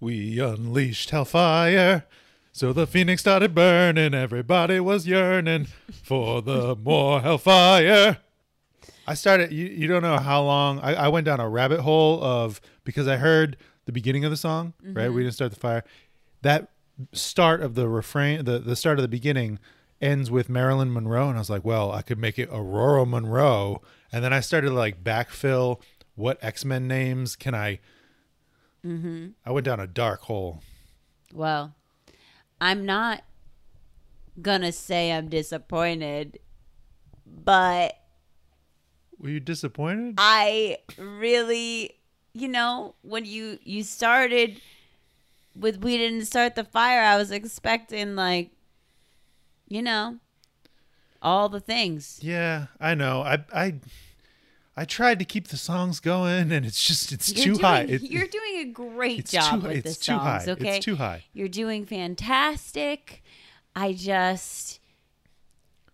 We unleashed hellfire. So the phoenix started burning. Everybody was yearning for the more hellfire. I started, you, you don't know how long. I, I went down a rabbit hole of, because I heard the beginning of the song, right? We didn't start the fire. That start of the refrain, the, the start of the beginning ends with Marilyn Monroe. And I was like, well, I could make it Aurora Monroe. And then I started to like backfill what X Men names can I. I went down a dark hole. Well, I'm not gonna say I'm disappointed, but Were you disappointed? I really, you know, when you you started with we didn't start the fire, I was expecting like, you know, all the things. Yeah, I know. I I I tried to keep the songs going, and it's just it's too doing, high. It- you're doing a great it's job too- with the it's too high. songs. It's Okay, too high. You're doing fantastic. I just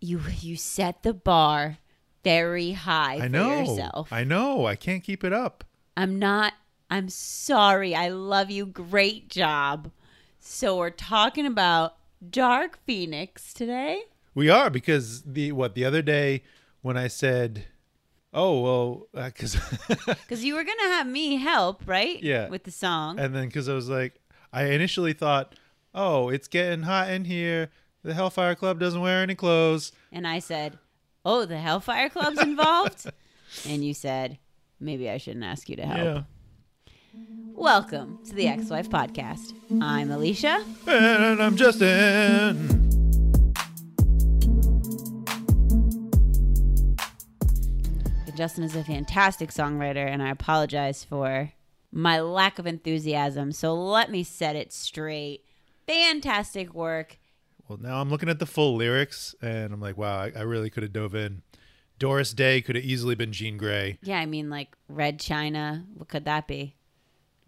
you you set the bar very high I for know. yourself. I know. I can't keep it up. I'm not. I'm sorry. I love you. Great job. So we're talking about Dark Phoenix today. We are because the what the other day when I said, "Oh well," because Because you were gonna have me help, right? Yeah. With the song. and then because I was like, I initially thought, "Oh, it's getting hot in here. The Hellfire Club doesn't wear any clothes." and I said, "Oh, the Hellfire Club's involved." and you said, "Maybe I shouldn't ask you to help." Welcome to the Ex-Wife Podcast. I'm Alicia. And I'm Justin. And Justin is a fantastic songwriter, and I apologize for my lack of enthusiasm. So let me set it straight. Fantastic work. Well, now I'm looking at the full lyrics and I'm like, wow, I, I really could have dove in. Doris Day could have easily been Jean Grey. Yeah, I mean, like Red China. What could that be?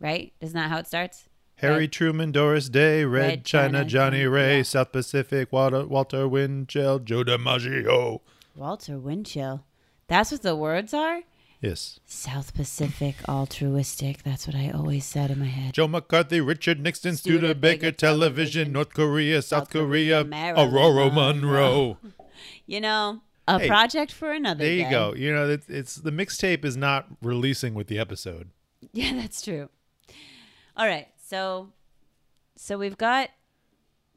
Right? Isn't that how it starts? Harry Right. Truman, Doris Day, Red, Red China, China, Johnny Johnny- Ray, yeah. South Pacific, Walter, Walter Winchell, Joe DiMaggio. Walter Winchell. That's what the words are? Yes. South Pacific altruistic. That's what I always said in my head. Joe McCarthy, Richard Nixon, Studebaker, Studebaker Television, North Korea, South, South Korea, Korea, Marilyn Aurora Monroe. Monroe. You know, a Hey, project for another There you day. go. You know, it's, it's the mixtape is not releasing with the episode. Yeah, that's true. All right, so so we've got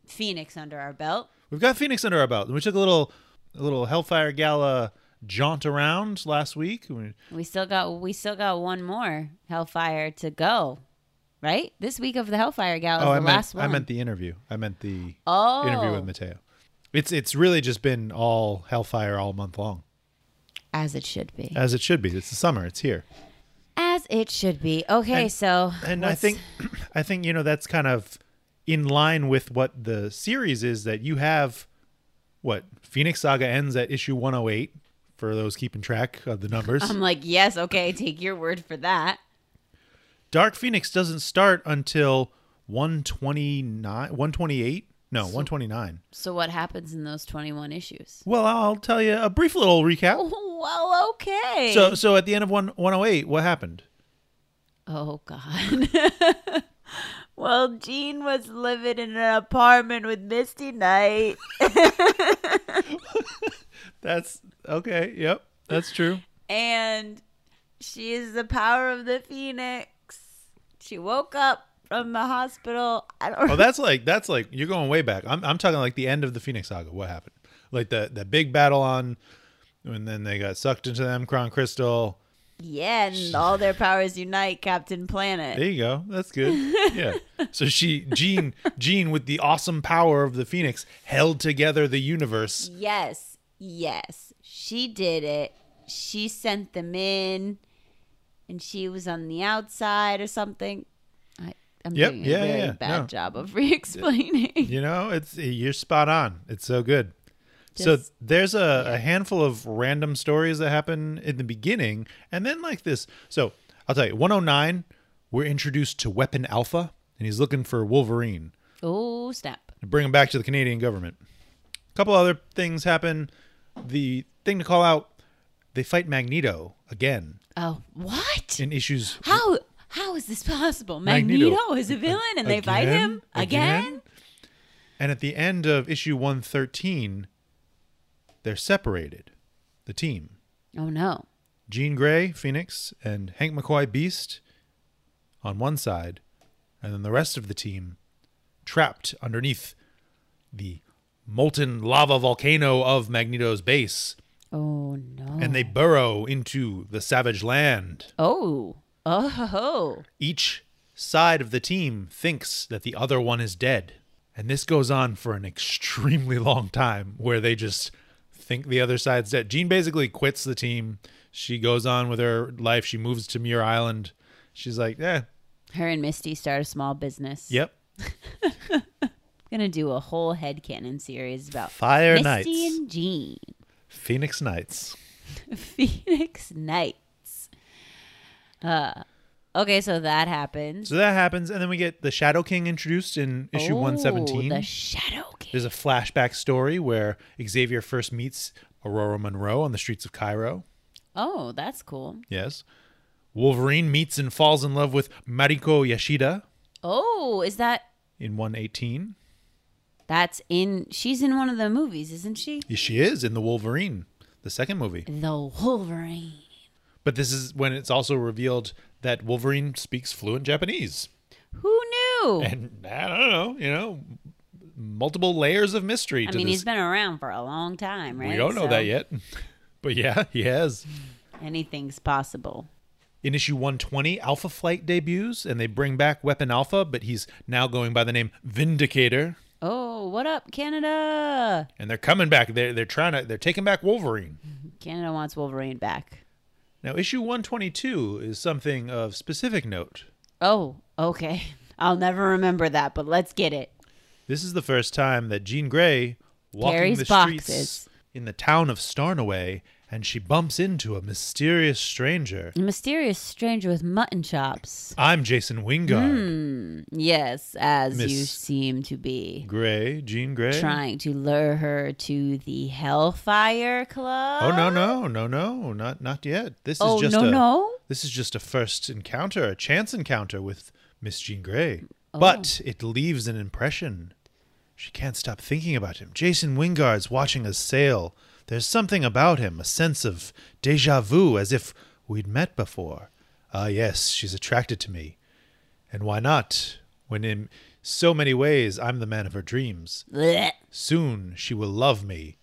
Phoenix under our belt. We've got Phoenix under our belt. We took a little, a little Hellfire Gala jaunt around last week. We- We still got we still got one more Hellfire to go, right? This week of the Hellfire Gala is oh, I the meant, last one. I meant the interview. I meant the Oh. interview with Mateo. It's it's really just been all Hellfire all month long, as it should be, as it should be. It's the summer. It's here, as it should be. Okay, so and I what's- think, I think you know that's kind of in line with what the series is. That you have, what Phoenix Saga ends at issue one hundred eight. For those keeping track of the numbers, I'm like, yes, okay, take your word for that. Dark Phoenix doesn't start until 129 128 no 129 So what happens in those 21 issues? well I'll tell you a brief little recap Well, okay. so so at the end of one, 108 what happened Oh God. well, Jean was living in an apartment with Misty Knight, that's okay yep that's true and she is the power of the phoenix. She woke up from the hospital. I don't. oh that's like that's like you're going way back I'm, I'm talking like the end of the Phoenix Saga what happened like the the big battle on and then they got sucked into the Emkron crystal yeah, and all their powers unite, Captain Planet. There you go. That's good. Yeah. so she, Jean, Jean, with the awesome power of the phoenix, held together the universe. Yes, yes, she did it. She sent them in, and she was on the outside or something. I, I'm Yep, doing yeah, a really yeah, bad no. job of re-explaining. You know, it's you're spot on. It's so good. so Just- there's a, a handful of random stories that happen in the beginning, and then like this. So I'll tell you, 109, we're introduced to Weapon Alpha, and he's looking for Wolverine Oh snap! to bring him back to the Canadian government. A couple other things happen. The thing to call out, they fight Magneto again Oh what? in issues How How is this possible? Magneto. Magneto, is a villain and they fight him again? And at the end of issue 113, they're separated, the team. Oh no. Jean Grey, Phoenix, and Hank McCoy, Beast, on one side, and then the rest of the team trapped underneath the molten lava volcano of Magneto's base, Oh no. and they burrow into the savage land. Oh. Oh ho, ho. Each side of the team thinks that the other one is dead. And this goes on for an extremely long time where they just think the other side's dead. Jean basically quits the team. She goes on with her life. She moves to Muir Island. She's like, eh, Her and Misty start a small business. yep. Gonna do a whole headcanon series about Fire Misty Knights. and Jean. Phoenix Knights. Phoenix Knights. Uh okay, so that happens. So that happens. And then we get the Shadow King introduced in issue Oh, 117. The Shadow King. There's a flashback story where Xavier first meets Aurora Monroe on the streets of Cairo. Oh, that's cool. Yes. Wolverine meets and falls in love with Mariko Yashida Oh, is that in 118. that's in she's in one of the movies, isn't she? Yes, she is in The Wolverine, the second movie. The Wolverine. But this is when it's also revealed that Wolverine speaks fluent Japanese. Who knew? And I don't know, you know, multiple layers of mystery I to mean, this. he's been around for a long time, right? we don't know So that yet. But yeah, he has. Anything's possible. In issue 120, Alpha Flight debuts and they bring back Weapon Alpha, but he's now going by the name Vindicator. Oh, what up, Canada? And they're coming back. They're, they're trying to, they're taking back Wolverine. Canada wants Wolverine back. Now, issue 122 is something of specific note. Oh, okay. I'll never remember that, but let's get it. This is the first time that Jean Grey walking Carries the streets boxes. in the town of Stornoway and she bumps into a mysterious stranger. A mysterious stranger with mutton chops. I'm Jason Wingard. Yes, as you Miss- seem to be. Grey, Jean Grey. Trying to lure her to the Hellfire Club. Oh no, no, no, no, not not yet. This Oh, is just no, a no? This is just a first encounter, a chance encounter with Miss Jean Grey. But it leaves an impression. She can't stop thinking about him. Jason Wingard's watching us sail. There's something about him, a sense of deja vu, as if we'd met before. Ah, yes, she's attracted to me. And why not? When in so many ways I'm the man of her dreams. Blech. Soon she will love me,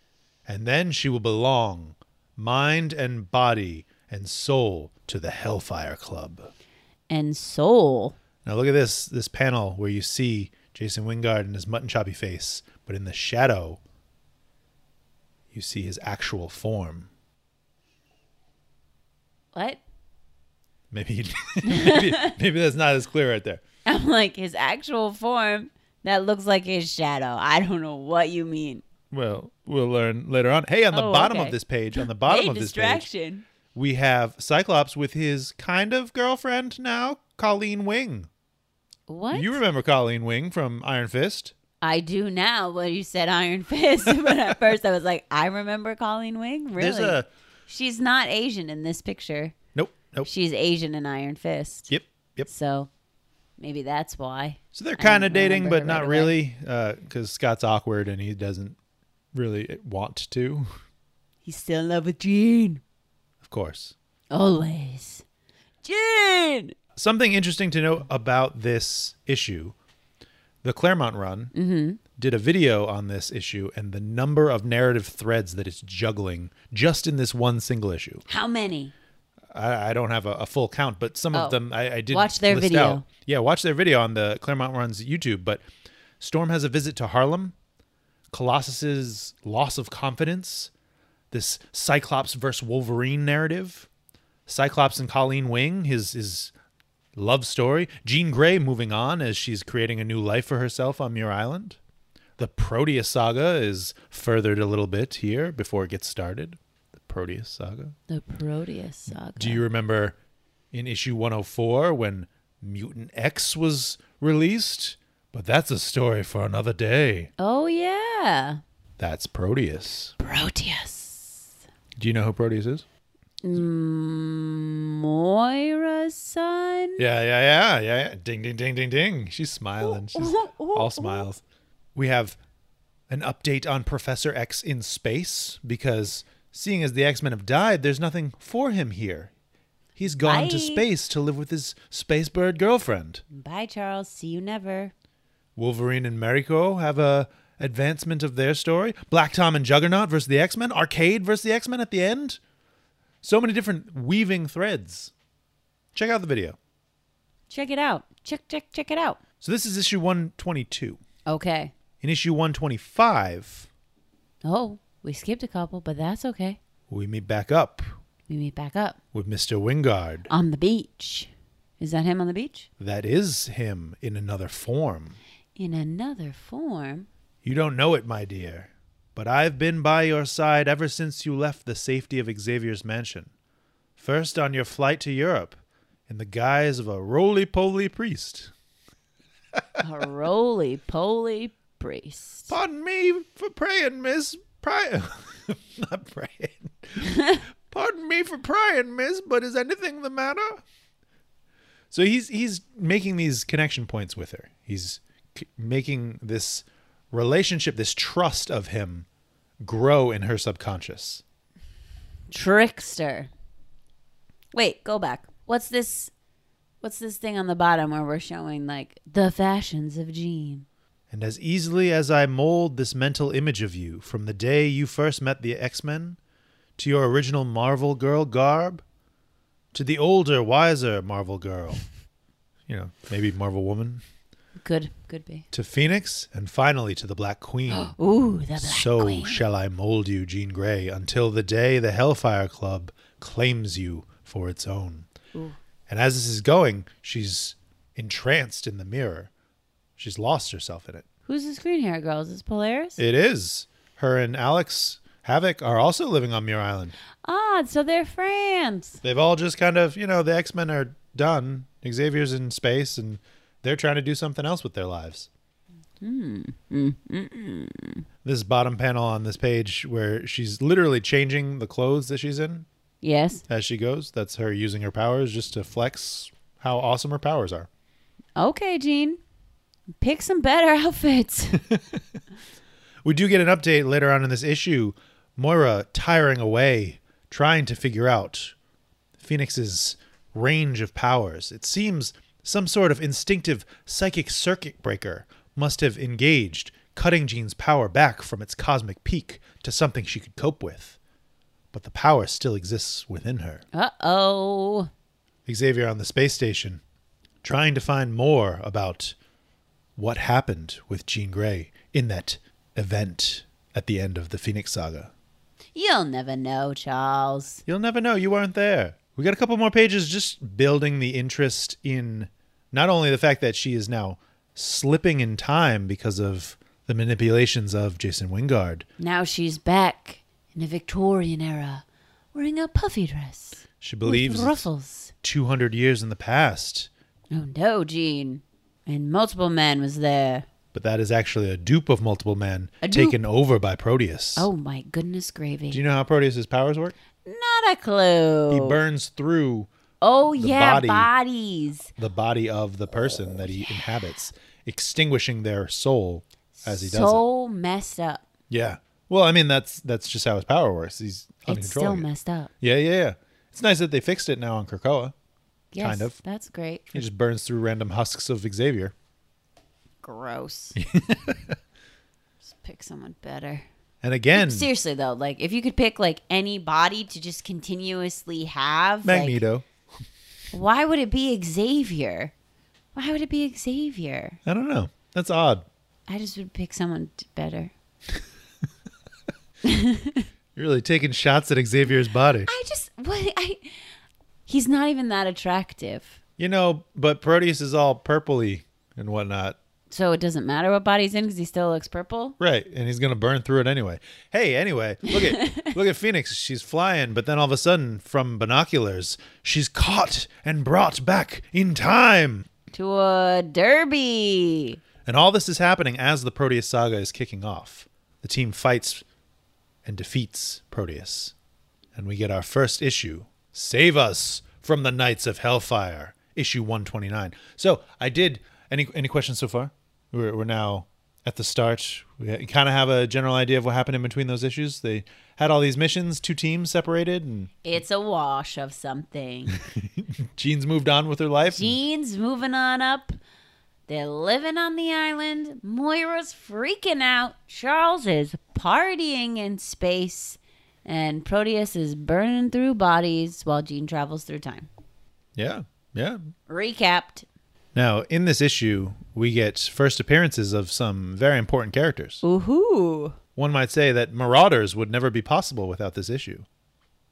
and then she will belong, mind and body and soul, to the Hellfire Club. And soul. Now look at this this panel where you see Jason Wingard and his mutton choppy face, but in the shadow, you see his actual form. What? Maybe maybe, maybe that's not as clear right there. I'm like, his actual form that looks like his shadow. I don't know what you mean. Well, we'll learn later on. Hey, on the Oh, bottom okay. of this page, on the bottom hey, of this page, distraction. we have Cyclops with his kind of girlfriend now, Colleen Wing. What? You remember Colleen Wing from Iron Fist? I do now when you said Iron Fist, but at first I was like, I remember Colleen Wing? Really? There's a She's not Asian in this picture. nope, nope. She's Asian in Iron Fist. Yep, yep. So maybe that's why. So they're I don't kind of dating, remember but her not right really, because Scott's awkward and he doesn't really want to. He's still in love with Jean. Of course. Always. Jean! Something interesting to note about this issue: the Claremont run Mm-hmm. did a video on this issue and the number of narrative threads that it's juggling just in this one single issue. How many? I, I don't have a, a full count, but some Oh. of them I, I did Watch their list video. out. Yeah, watch their video on the Claremont Runs YouTube. But Storm has a visit to Harlem, Colossus's loss of confidence, this Cyclops versus Wolverine narrative, Cyclops and Colleen Wing, his his love story, Jean Grey moving on as she's creating a new life for herself on Muir Island. The Proteus saga is furthered a little bit here before it gets started. The Proteus saga. The Proteus saga. Do you remember in issue 104 when Mutant X was released? But that's a story for another day. oh, yeah. That's Proteus. Proteus. Do you know who Proteus is? Mm, Moira's son. Yeah, yeah, yeah, yeah, yeah. Ding, ding, ding, ding, ding. She's smiling. She's all smiles. We have an update on Professor X in space because seeing as the X Men have died, there's nothing for him here. He's gone Bye. to space to live with his space bird girlfriend. Bye, Charles. See you never. Wolverine and Mariko have a advancement of their story. Black Tom and Juggernaut versus the X Men. Arcade versus the X Men at the end. So many different weaving threads. Check out the video. Check it out. Check, check, check it out. So this is issue 122. Okay. In issue 125, Oh, we skipped a couple, but that's okay. we meet back up We meet back up with Mr. Wingard. on the beach. Is that him on the beach? That is him in another form. In another form. You don't know it, my dear, but I've been by your side ever since you left the safety of Xavier's mansion. First on your flight to Europe, in the guise of a roly poly priest. A roly poly priest. Pardon me for praying, Miss. Pry- Not praying. Pardon me for prying, Miss, but is anything the matter? So he's he's making these connection points with her. He's c- making this relationship, this trust of him, grow in her subconscious. Trickster. Wait, go back. What's this? What's this thing on the bottom where we're showing like the fashions of Jean? And as easily as I mold this mental image of you from the day you first met the X Men to your original Marvel Girl garb to the older, wiser Marvel Girl, you know, maybe Marvel Woman, Could could be. to Phoenix, and finally to the Black Queen. Ooh, the black so queen. shall I mold you, Jean Grey, until the day the Hellfire Club claims you for its own. And as this is going, she's entranced in the mirror. She's lost herself in it. Who's this green hair girl? Is this Polaris? It is. Her and Alex Havoc are also living on Muir Island. ah, so they're friends. They've all just kind of, you know, the X Men are done. Xavier's in space and they're trying to do something else with their lives. This bottom panel on this page where she's literally changing the clothes that she's in Yes. as she goes. That's her using her powers just to flex how awesome her powers are. Okay, Jean. Pick some better outfits. We do get an update later on in this issue. Moira tiring away, trying to figure out Phoenix's range of powers. It seems some sort of instinctive psychic circuit breaker must have engaged, cutting Jean's power back from its cosmic peak to something she could cope with. But the power still exists within her. uh oh. Xavier on the space station, trying to find more about what happened with Jean Grey in that event at the end of the Phoenix Saga. You'll never know, Charles. You'll never know. You weren't there. We got a couple more pages just building the interest in not only the fact that she is now slipping in time because of the manipulations of Jason Wingard. Now she's back in a Victorian era, wearing a puffy dress She believes with it's ruffles. 200 years in the past, Oh no, Jean. And multiple men was there. but that is actually a dupe of multiple men A dupe. taken over by Proteus. Oh my goodness, gravy. Do you know how Proteus's powers work? Not a he clue. burns through oh the yeah, body. bodies. the body of the person that he inhabits, extinguishing their soul as he does so messed up. it. Yeah. Well, I mean that's that's just how his power works. He's It's still uncontrollable. messed up. yeah, yeah, yeah. It's nice that they fixed it now on Krakoa. Yes, Kind of. That's great. He just burns through random husks of Xavier. Gross. Just pick someone better. And again, Seriously though, like if you could pick like any body to just continuously have, like, Magneto. why would it be Xavier? Why would it be Xavier? I don't know. That's odd. I just would pick someone t- better. You're really taking shots at Xavier's body. I just what I he's not even that attractive. You know, but Proteus is all purpley and whatnot. So it doesn't matter what body he's in because he still looks purple. Right, and he's gonna burn through it anyway. Hey, anyway, look at look at Phoenix. She's flying, but then all of a sudden, from binoculars, she's caught and brought back in time. To a derby. And all this is happening as the Proteus saga is kicking off. The team fights and defeats Proteus, and we get our first issue Save Us from the Knights of Hellfire, issue 129. So I did. Any any questions so far? We're, we're now at the start. We kind of have a general idea of what happened in between those issues. They had all these missions, two teams separated, and It's a wash of something. Jean's moved on with her life. Jean's moving on up. They're living on the island. Moira's freaking out. Charles is partying in space. And Proteus is burning through bodies while Jean travels through time. Yeah, yeah. Recapped. Now in this issue, we get first appearances of some very important characters. Woohoo. One might say that Marauders would never be possible without this issue.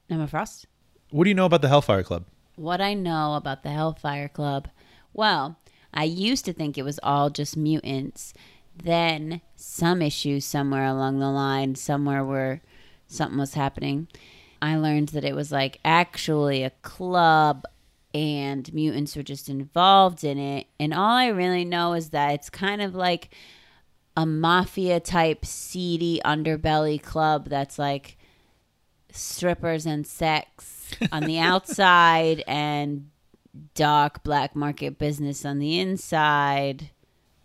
Emma Frost. What do you know about the Hellfire Club? What I know about the Hellfire Club. Well, I used to think it was all just mutants. Then some issue somewhere along the line, somewhere where something was happening, I learned that it was like actually a club and mutants were just involved in it. And all I really know is that it's kind of like a mafia type seedy underbelly club that's like strippers and sex on the outside and dark black market business on the inside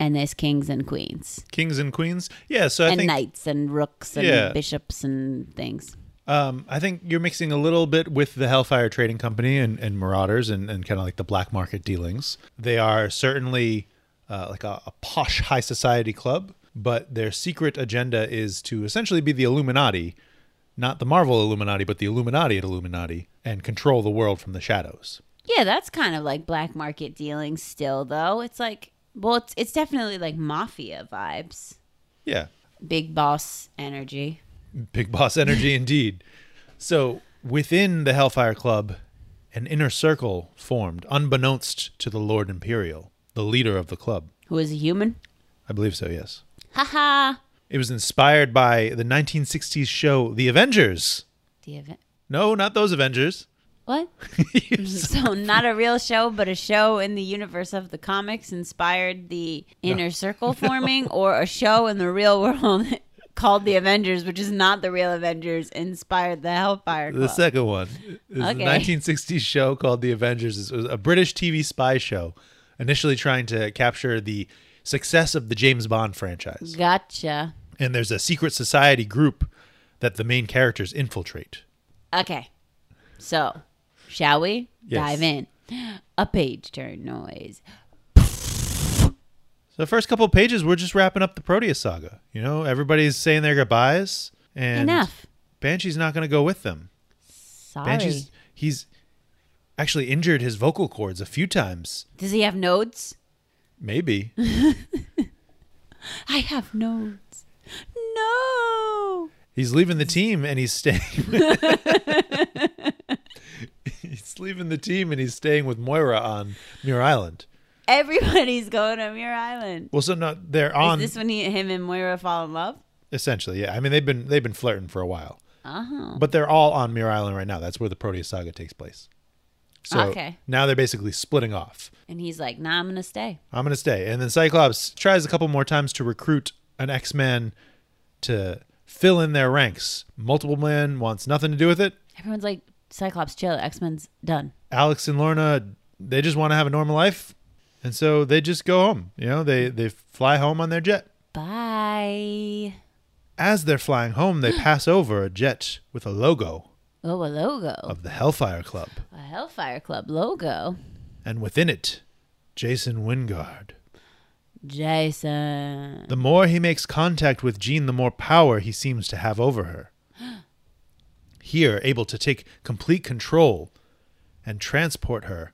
and there's kings and queens Kings and queens? Yeah, so I and think knights and rooks and Yeah. bishops and things Um, I think you're mixing a little bit with the Hellfire Trading Company and, and Marauders and, and kind of like the black market dealings. They are certainly uh, like a, a posh high society club, but their secret agenda is to essentially be the Illuminati, not the Marvel Illuminati, but the Illuminati at Illuminati, and control the world from the shadows. yeah that's kind of like black market dealing still though it's like well it's, it's definitely like mafia vibes Yeah. big boss energy Big boss energy indeed. So within the Hellfire Club, an inner circle formed, unbeknownst to the Lord Imperial, the leader of the club. who is a human I believe so, yes. haha It was inspired by the 1960s show The Avengers. do you have it No, not those Avengers. what So not a real show, but a show in the universe of the comics inspired the inner circle forming, or a show in the real world called the Avengers, which is not the real Avengers, inspired the Hellfire the Club. second one is Okay. a 1960s show called The Avengers. It was a British TV spy show, initially trying to capture the success of the James Bond franchise. gotcha. And there's a secret society group that the main characters infiltrate. Okay, so shall we Yes. dive in? A page turn noise. So the first couple of pages, we're just wrapping up the Proteus saga. You know, everybody's saying their goodbyes, and Enough. Banshee's not going to go with them. Sorry. Banshee's he's actually injured his vocal cords a few times. Does he have nodes? Maybe. I have nodes. No. He's leaving the team and he's staying He's leaving the team and he's staying with Moira on Muir Island. Everybody's going to Muir Island. Well so no they're on Is this when he, him and Moira fall in love? essentially, yeah. I mean they've been they've been flirting for a while. Oh. But they're all on Muir Island right now. That's where the Proteus saga takes place. So Okay. now they're basically splitting off. And he's like, nah, I'm going to stay. I'm gonna stay. And then Cyclops tries a couple more times to recruit an X-Man to fill in their ranks. Multiple Man wants nothing to do with it. Everyone's like, Cyclops, chill. X Men's done. Alex and Lorna, they just want to have a normal life, and so they just go home. You know, they they fly home on their jet. Bye. As they're flying home, they pass over a jet with a logo Oh, a logo. of the Hellfire Club, A Hellfire Club logo. and within it, Jason Wingard. Jason. The more he makes contact with Jean, the more power he seems to have over her. Here, able to take complete control and transport her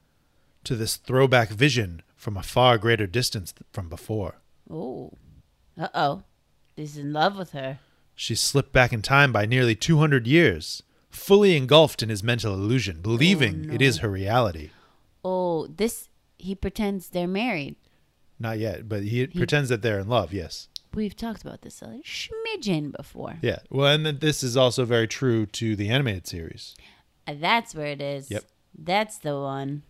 to this throwback vision from a far greater distance th- from before. Oh. Uh oh. He's in love with her. She slipped back in time by nearly 200 years, fully engulfed in his mental illusion, believing it is her reality. Oh, this. He pretends they're married. Not yet, but he, pretends that they're in love, yes. We've talked about this a smidgen before. Yeah. Well, and th- this is also very true to the animated series. That's where it is. Yep. That's the one.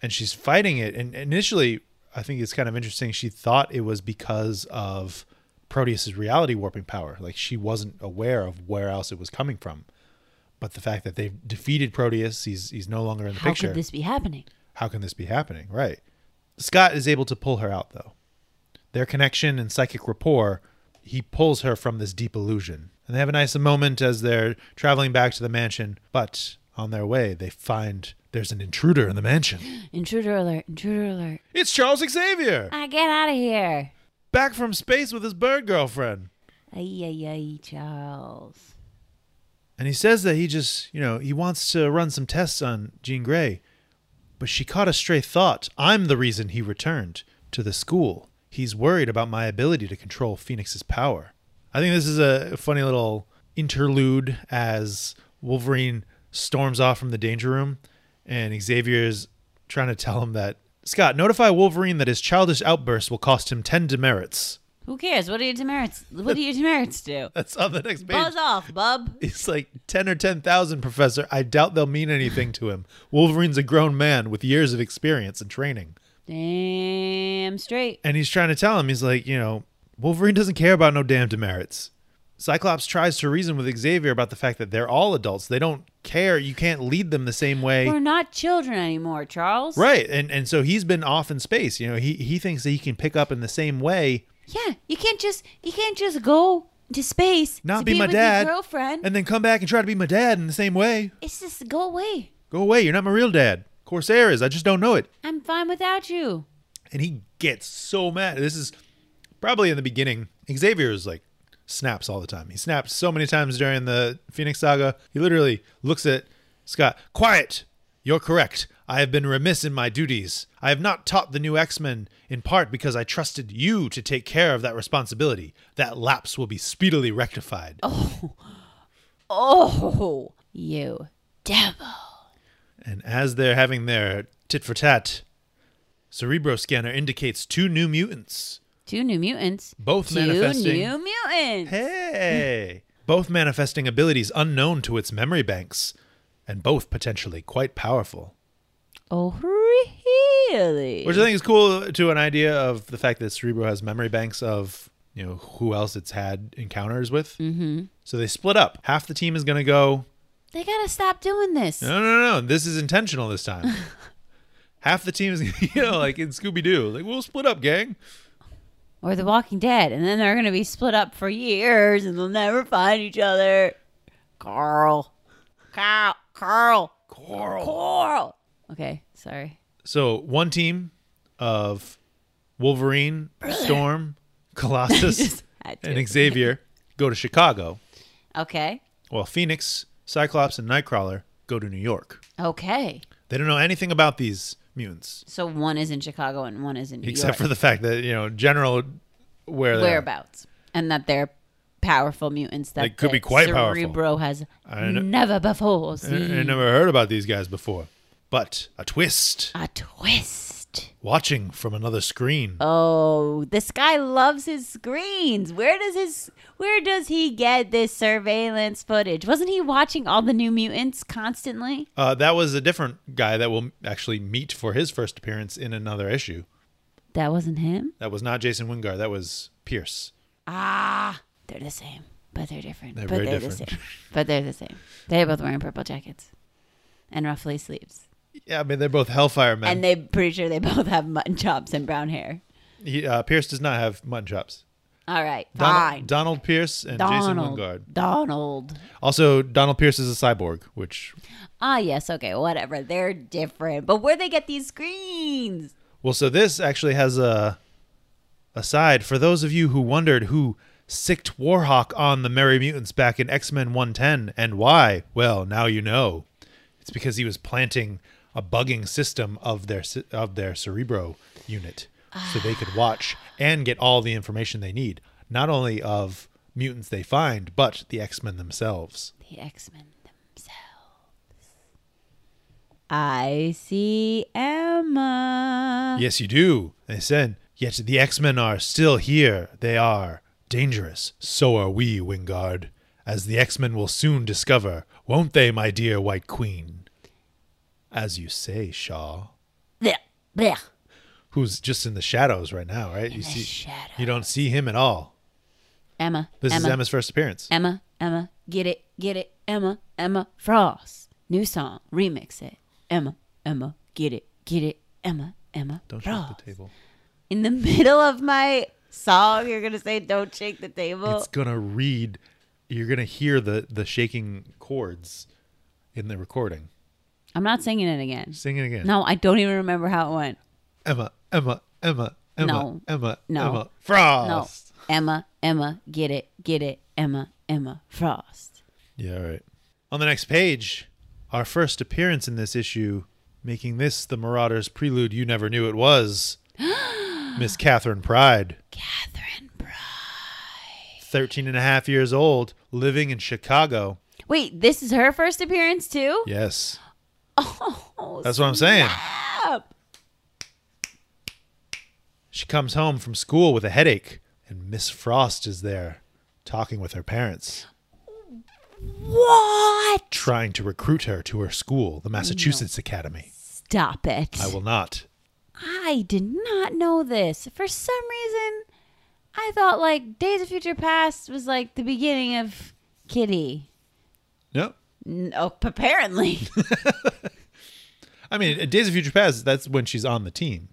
And she's fighting it. And initially, I think it's kind of interesting. She thought it was because of Proteus's reality warping power. Like she wasn't aware of where else it was coming from. But the fact that they've defeated Proteus, he's he's no longer in the How picture. could this be happening? How can this be happening? Right. Scott is able to pull her out though. Their connection and psychic rapport, he pulls her from this deep illusion. And they have a nice moment as they're traveling back to the mansion, but on their way they find there's an intruder in the mansion. Intruder alert! Intruder alert! It's Charles Xavier, I get out of here! back from space with his bird girlfriend. Ay ay ay, Charles. And he says that he just, you know, he wants to run some tests on Jean Grey, but she caught a stray thought. I'm the reason he returned to the school. He's worried about my ability to control Phoenix's power. I think this is a funny little interlude as Wolverine storms off from the danger room and Xavier's trying to tell him that Scott, notify Wolverine that his childish outburst will cost him 10 demerits. Who cares? What do your demerits? What do your demerits do? That's on the next page. Buzz off, bub. It's like 10 or 10,000, Professor. I doubt they'll mean anything to him. Wolverine's a grown man with years of experience and training. Damn straight. And he's trying to tell him, he's like, you know, Wolverine doesn't care about no damn demerits. Cyclops tries to reason with Xavier about the fact that they're all adults. They don't care. You can't lead them the same way. We're not children anymore, Charles. Right. And and so he's been off in space. You know, he, he thinks that he can pick up in the same way, Yeah, you can't just you can't just go to space. not to be, my with dad, Your girlfriend. and then come back and try to be my dad in the same way. it's just go away. Go away. You're not my real dad. Corsair is. I just don't know it. I'm fine without you. and he gets so mad. This is probably in the beginning. Xavier is like snaps all the time. He snaps so many times during the Phoenix Saga. He literally looks at Scott. Quiet. You're correct. I have been remiss in my duties. I have not taught the new X-Men in part because I trusted you to take care of that responsibility. That lapse will be speedily rectified. Oh, you devil! And as they're having their tit for tat, Cerebro scanner indicates two new mutants. Two new mutants. Both Two manifesting. new mutants. Hey! both manifesting abilities unknown to its memory banks, and both potentially quite powerful. Oh, really? Which I think is cool to an idea of the fact that Cerebro has memory banks of you know who else it's had encounters with. Mm-hmm. So they split up. Half the team is going to go. they gotta stop doing this. No, no, no, no. This is intentional this time. Half the team is you know like in Scooby Doo. Like we'll split up, gang. or The Walking Dead, and then they're going to be split up for years, and they'll never find each other. Carl, Carl, Carl, Carl, Carl. Okay, sorry. So one team of Wolverine, Storm, Colossus. Had to. and Xavier go to Chicago, okay, while Phoenix, Cyclops, and Nightcrawler go to New York. okay. They don't know anything about these mutants, So one is in Chicago and one is in New except for uh, York. the fact that you know general where they're at. whereabouts, and that they're powerful mutants. That They could be that quite powerful. Cerebro has know- never before I, I seen. never heard about these guys before, but a twist. A twist. Watching from another screen. Oh, this guy loves his screens. Where does his where does he get this surveillance footage? Wasn't he watching all the new mutants constantly? Uh, that was a different guy that will actually meet for his first appearance in another issue. That wasn't him. That was not Jason Wingard. That was Pierce. Ah, they're the same, but they're different. They're but very they're the different. same. But they're the same. They're both wearing purple jackets and ruffly sleeves. Yeah, I mean they're both Hellfire men. And they pretty sure they both have mutton chops and brown hair. he, uh, Pierce does not have mutton chops. All right, Donald, fine. Donald Pierce and Jason Donald. Wingard. Donald. Also, Donald Pierce is a cyborg, which Ah, yes. Okay, whatever. They're different. But where they get these screens? well, so this actually has a aside for those of you who wondered who sicked Warhawk on the Merry Mutants back in X Men 110 and why. Well, now you know. It's because he was planting a bugging system of their ce- of their Cerebro unit, so they could watch and get all the information they need, not only of mutants they find, but the X Men themselves. The X Men themselves. I see Emma. Yes, you do. They said, Yet the X Men are still here. They are dangerous. So are we, Wingard. As the X Men will soon discover, won't they, my dear White Queen? As you say, Shaw, Blech, blech. who's just in the shadows right now, right? you the see, shadows. you don't see him at all. Emma. This Emma, is Emma's first appearance. Emma. Emma, get it, get it, Emma, Emma Frost. New song, remix it. Emma, Emma, get it, get it, Emma, Emma Don't Frost. shake the table. In the middle of my song, you're gonna say, "Don't shake the table." it's gonna read. You're gonna hear the the shaking chords in the recording. I'm not singing it again. Sing it again. No, I don't even remember how it went. Emma, Emma, Emma, Emma, No. Emma, No. Emma No, Frost. Emma, Emma, get it, get it, Emma, Emma Frost. Yeah, all right. On the next page, our first appearance in this issue, making this the Marauders prelude you never knew it was. Miss Catherine Pride. Catherine Bride. 13 and a half years old, living in Chicago. Wait, this is her first appearance too. Yes. Oh, That's what I'm saying. snap. She comes home from school with a headache, and Miss Frost is there talking with her parents, What? trying to recruit her to her school, the Massachusetts Academy. Stop it. I will not. I did not know this. For some reason, I thought like Days of Future Past was like the beginning of Kitty. No. No, apparently. I mean, Days of Future Past, that's when she's on the team.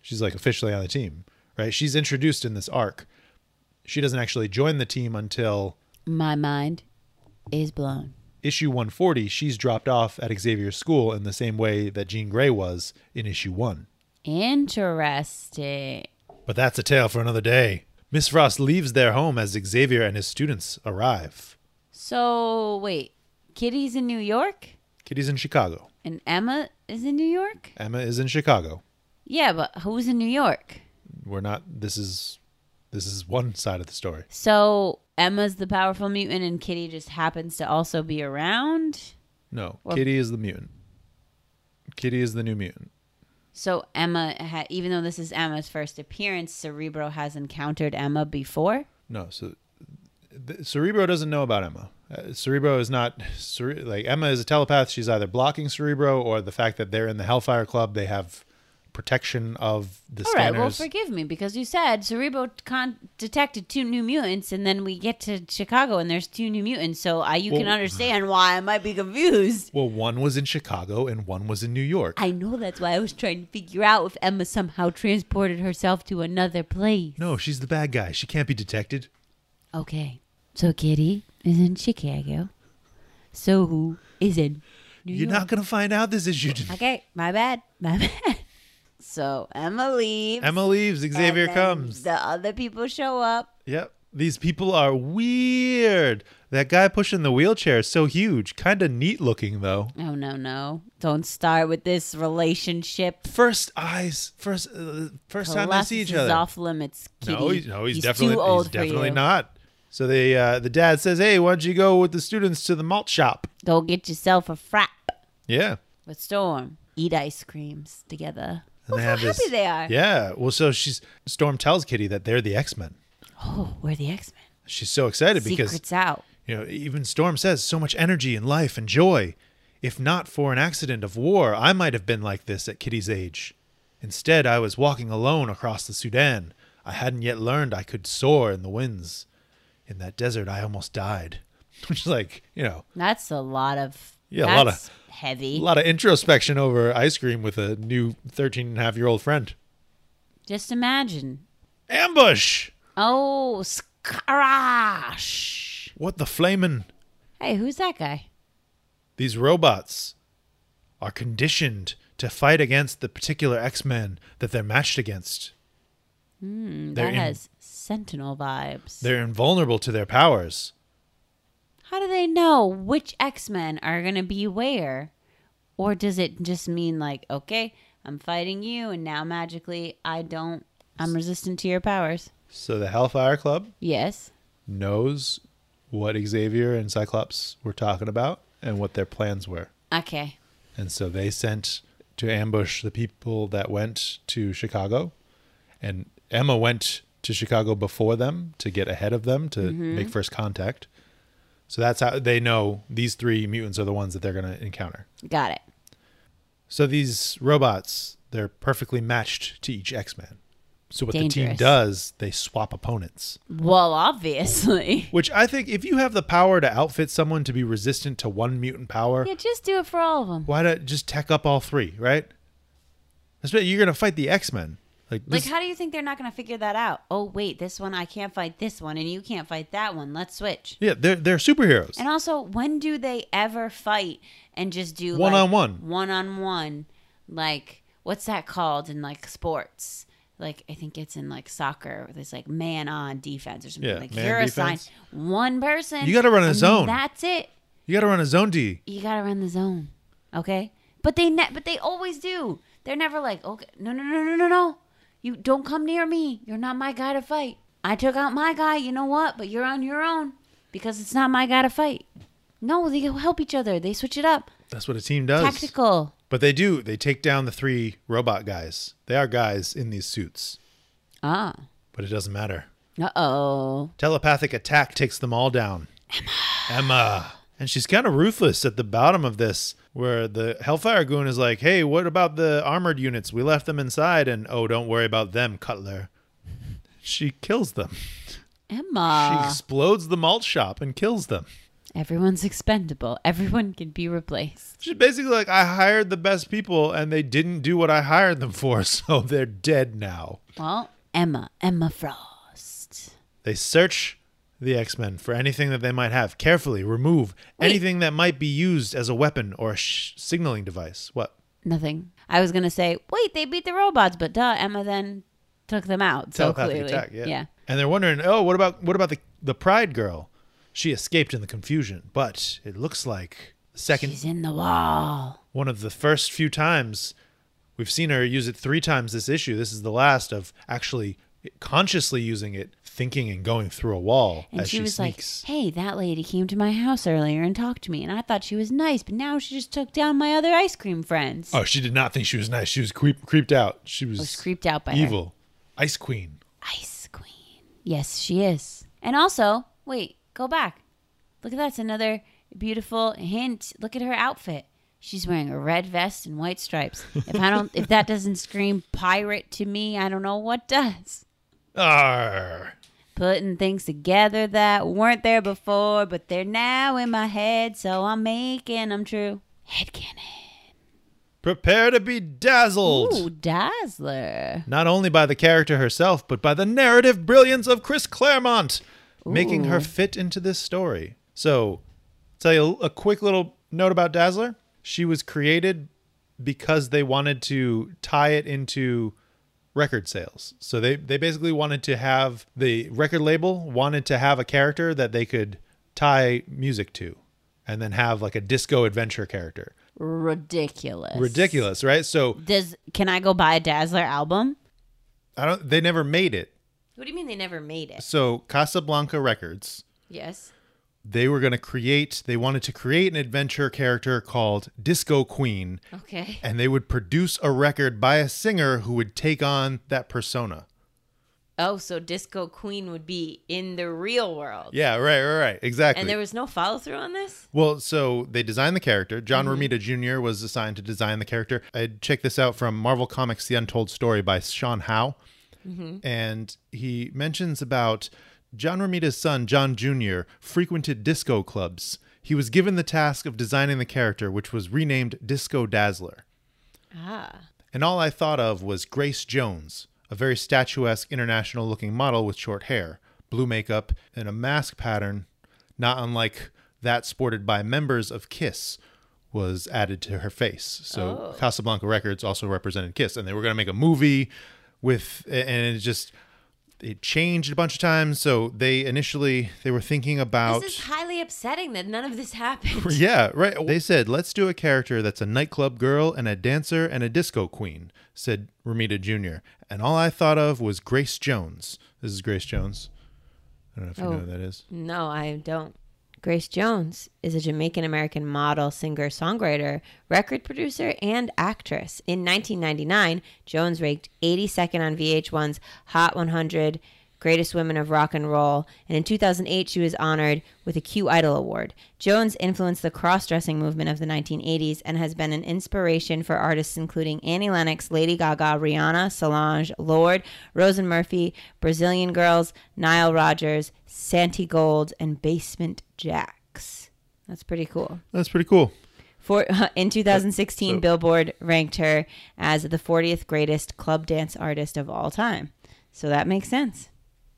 She's like officially on the team, right? She's introduced in this arc. She doesn't actually join the team until My mind is blown. issue 140. She's dropped off at Xavier's school in the same way that Jean Grey was in issue 1. Interesting. But that's a tale for another day. Miss Frost leaves their home as Xavier and his students arrive. So, wait. Kitty's in New York Kitty's in Chicago. and Emma is in New York? Emma is in Chicago. Yeah, but who's in New York? We're not this is this is one side of the story. So, Emma's the powerful mutant and Kitty just happens to also be around? No, Or- Kitty is the mutant. Kitty is the new mutant. So Emma, ha- even though this is Emma's first appearance, Cerebro has encountered Emma before. No, so th- Cerebro doesn't know about Emma. Uh, Cerebro is not Cere- like Emma is a telepath. She's either blocking Cerebro or the fact that they're in the Hellfire Club. They have protection of the All right, well, scanners. forgive me because you said Cerebro con- detected two new mutants, and then we get to Chicago and there's two new mutants. So I, you can Well- understand why I might be confused. well, one was in Chicago and one was in New York. I know that's why I was trying to figure out if Emma somehow transported herself to another place. no, she's the bad guy. She can't be detected. Okay, so Kitty is in Chicago. So who is in New You're York? not gonna find out this issue. tonight. Okay, my bad, my bad. So Emma leaves. Emma leaves. Xavier And then comes. The other people show up. Yep. These people are weird. That guy pushing the wheelchair is so huge. Kind of neat looking, though. Oh no no! Don't start with this relationship. First eyes. First uh, first time they Colossus see each is other. off limits, Kitty. No, he's, no, he's, too definitely, old he's for definitely you. not. So the uh, the dad says, "Hey, why don't you go with the students to the malt shop?" Go get yourself a frap Yeah. with Storm. Eat ice creams together. And Look how happy they are. Yeah. Well, so she's Storm tells Kitty that they're the X Men. Oh, we're the X Men. She's so excited because Secrets out. You know, even Storm says so much energy and life and joy. If not for an accident of war, I might have been like this at Kitty's age. Instead, I was walking alone across the Sudan. I hadn't yet learned I could soar in the winds. In that desert, I almost died. Which is like, you know, That's a lot of. Yeah, a lot that's a heavy. lot of introspection over ice cream with a new 13 and a half year old friend. Just imagine. Ambush! Oh, scratch. What the flamin'? Hey, who's that guy? These robots are conditioned to fight against the particular X Men that they're matched against. They're Mm, that in- has Sentinel vibes. They're invulnerable to their powers. How do they know which X Men are going to be where? Or does it just mean, like, okay, I'm fighting you, and now magically I don't, I'm resistant to your powers? So the Hellfire Club Yes. knows what Xavier and Cyclops were talking about and what their plans were. Okay. And so they sent to ambush the people that went to Chicago. And Emma went to Chicago before them to get ahead of them to make first contact. So that's how they know these three mutants are the ones that they're going to encounter. Got it. So these robots, they're perfectly matched to each X-Man. So what the team Dangerous. does, they swap opponents. Well, obviously. Which I think if you have the power to outfit someone to be resistant to one mutant power, Yeah, just do it for all of them. why not just tech up all three, right? Especially you're gonna fight the X Men. Like, Like, this- how do you think they're not going to figure that out? Oh, wait, this one, I can't fight this one, and you can't fight that one. Let's switch. yeah, they're they're superheroes. And also, when do they ever fight and just do One-on-one. One on one. Like, what's that called in like sports? Like, I think it's in like soccer. There's like man on defense or something. Yeah, like, man you're defense. assigned one person. You gotta run a and zone. That's it. You gotta run a zone D. You gotta run the zone. Okay? But they ne- but they always do. They're never like, okay, no, no, no, no, no, no. You don't come near me. You're not my guy to fight. I took out my guy. You know what? But you're on your own because it's not my guy to fight. No, they help each other. They switch it up. That's what a team does. Tactical. But they do. They take down the three robot guys. They are guys in these suits, Ah. but it doesn't matter. Uh oh. Telepathic attack takes them all down. Emma. Emma. And she's kind of ruthless at the bottom of this, where the Hellfire Goon is like, hey, what about the armored units? We left them inside, and oh, don't worry about them, Cutler. She kills them. she Emma. explodes the malt shop and kills them. Everyone's expendable. Everyone can be replaced. She's basically like, I hired the best people, and they didn't do what I hired them for, so they're dead now. Well, Emma. Emma Frost. They search the X Men for anything that they might have. Carefully remove anything that might be used as a weapon or a sh- signaling device. What? Nothing. I was gonna say, wait, they beat the robots, but duh, Emma then took them out. So Telepathic clearly, attack. Yeah. And they're wondering, oh, what about what about the the Pride girl? She escaped in the confusion, but it looks like the second she's in the wall. one of the first few times we've seen her use it three times this issue. This is the last of actually consciously using it, thinking and going through a wall And as she, she, was sneaks. like, "Hey, that lady came to my house earlier and talked to me, and I thought she was nice, but now she just took down my other ice cream friends." Oh, she did not think she was nice. She was creep, creeped out. She was, I was creeped out by her. evil. Ice Queen. Ice Queen. Yes, she is. And also, wait, go back. Look at that's another beautiful hint. Look at her outfit. She's wearing a red vest and white stripes. If I don't if that doesn't scream pirate to me, I don't know what does. Arr. Putting things together that weren't there before, but they're now in my head, so I'm making them true. Headcanon. Prepare to be dazzled. Ooh, Dazzler. Not only by the character herself, but by the narrative brilliance of Chris Claremont, making her fit into this story. So, tell you a quick little note about Dazzler. She was created because they wanted to tie it into record sales. So they they basically wanted to have the record label wanted to have a character that they could tie music to and then have like a disco adventure character. Ridiculous. Ridiculous, right? So Does can I go buy a Dazzler album? I don't they never made it. What do you mean they never made it? So Casablanca Records Yes. they were going to create they wanted to create an adventure character called disco queen Okay. and they would produce a record by a singer who would take on that persona Oh, so Disco Queen would be in the real world. yeah right right right exactly And there was no follow through on this? well so they designed the character john Mm-hmm. romita jr was assigned to design the character i checked this out from marvel comics the untold story by sean howe Mm-hmm. and he mentions about John Romita's son, John Jr., frequented disco clubs. He was given the task of designing the character, which was renamed Disco Dazzler. Ah. And all I thought of was Grace Jones, a very statuesque international looking model with short hair, blue makeup, and a mask pattern, not unlike that sported by members of Kiss, was added to her face. So Oh. Casablanca Records also represented Kiss, and they were going to make a movie with, and it just. It changed a bunch of times, so they initially they were thinking about This is highly upsetting that none of this happened. yeah, right. They said, let's do a character that's a nightclub girl and a dancer and a disco queen, said Ramita Jr. And all I thought of was Grace Jones. This is Grace Jones. I don't know if you know who that is. No, I don't. Grace Jones is a Jamaican American model, singer, songwriter, record producer, and actress. In 1999, Jones ranked 82nd on VH1's Hot 100 Greatest Women of Rock and Roll, and in 2008 she was honored with a Q Idol Award. Jones influenced the cross dressing movement of the 1980s and has been an inspiration for artists including Annie Lennox, Lady Gaga, Rihanna, Solange, Lord, Rosen Murphy, Brazilian Girls, Nile Rodgers, Santi Gold, and Basement Jacks. That's pretty cool. That's pretty cool. For, in 2016, So- Billboard ranked her as the 40th greatest club dance artist of all time. So that makes sense.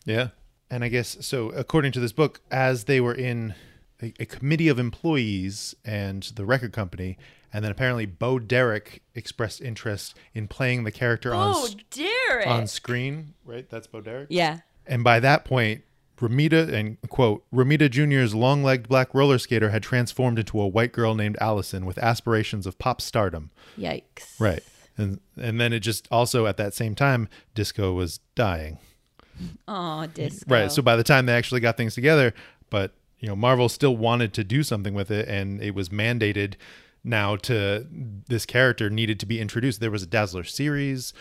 Yeah. And I guess so according to this book, as they were in a, a committee of employees and the record company, and then apparently Bo Derek expressed interest in playing the character on Oh, s- Derek. on screen, right? That's Bo Derek. Yeah. And by that point, Ramita and quote, Ramita Jr.'s long legged black roller skater had transformed into a white girl named Allison with aspirations of pop stardom. Yikes. Right. And and then it just also at that same time, disco was dying. Oh, disco. Right. So by the time they actually got things together, but you know, Marvel still wanted to do something with it and it was mandated now to this character needed to be introduced. There was a Dazzler series.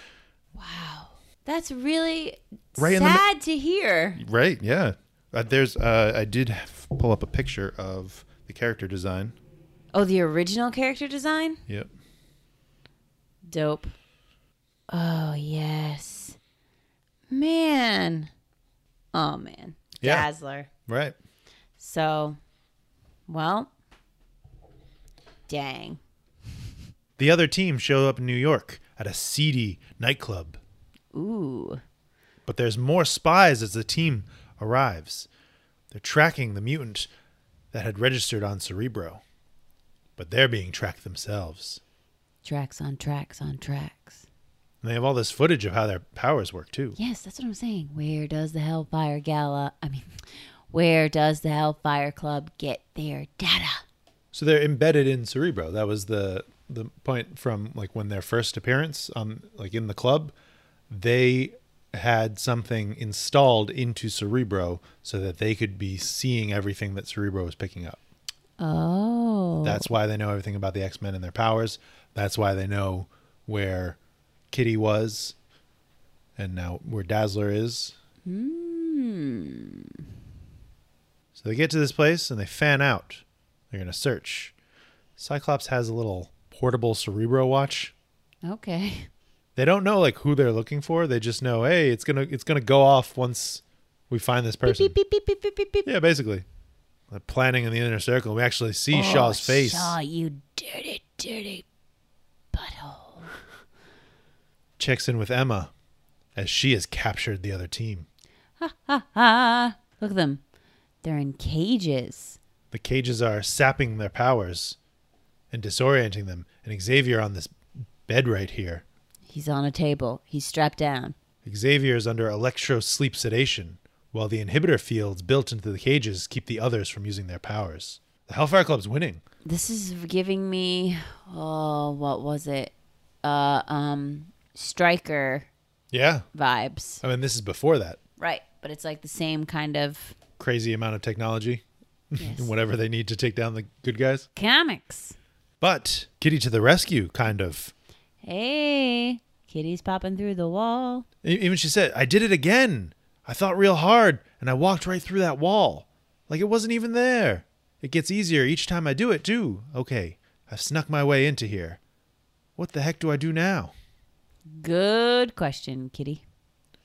That's really Right in the mi- sad to hear. Right, yeah. Uh, there's uh I did f- pull up a picture of the character design. Oh, the original character design? Yep. Dope. Oh, yes. Man. Oh, man. Yeah. Dazzler. Right. So, well, dang. The other team show up in New York at a seedy nightclub, Ooh. but there's more spies as the team arrives. They're tracking the mutant that had registered on Cerebro, but they're being tracked themselves. tracks on tracks on tracks. And they have all this footage of how their powers work too. Yes, that's what I'm saying. Where does the Hellfire Gala, I mean, where does the Hellfire Club get their data? So they're embedded in Cerebro. That was the the point from like when their first appearance um like in the club, they had something installed into Cerebro so that they could be seeing everything that Cerebro was picking up. Oh. That's why they know everything about the X Men and their powers. That's why they know where Kitty was, and now where Dazzler is. Hmm. So they get to this place and they fan out. They're gonna search. Cyclops has a little portable Cerebro watch. Okay. They don't know like who they're looking for. They just know, hey, it's gonna it's gonna go off once we find this person. Beep, beep, beep, beep, beep, beep, beep. Yeah, basically. They're planning in the inner circle. We actually Oh, see Shaw's face. Shaw, you dirty, dirty butthole. checks in with Emma as she has captured the other team. Ha ha. Look at them. They're in cages. The cages are sapping their powers and disorienting them, and Xavier on this bed right here. He's on a table. He's strapped down. Xavier is under electro sleep sedation, while the inhibitor fields built into the cages keep the others from using their powers. The Hellfire Club's winning. This is giving me oh, what was it? Uh um striker Yeah. vibes. I mean, this is before that Right. But it's like the same kind of crazy amount of technology and whatever they need to take down the good guys. comics. But Kitty to the rescue, kind of. Hey, kitty's popping through the wall. E- Even she said, I did it again. I thought real hard and I walked right through that wall. Like it wasn't even there. It gets easier each time I do it, too. Okay, I've snuck my way into here. What the heck do I do now? Good question, kitty.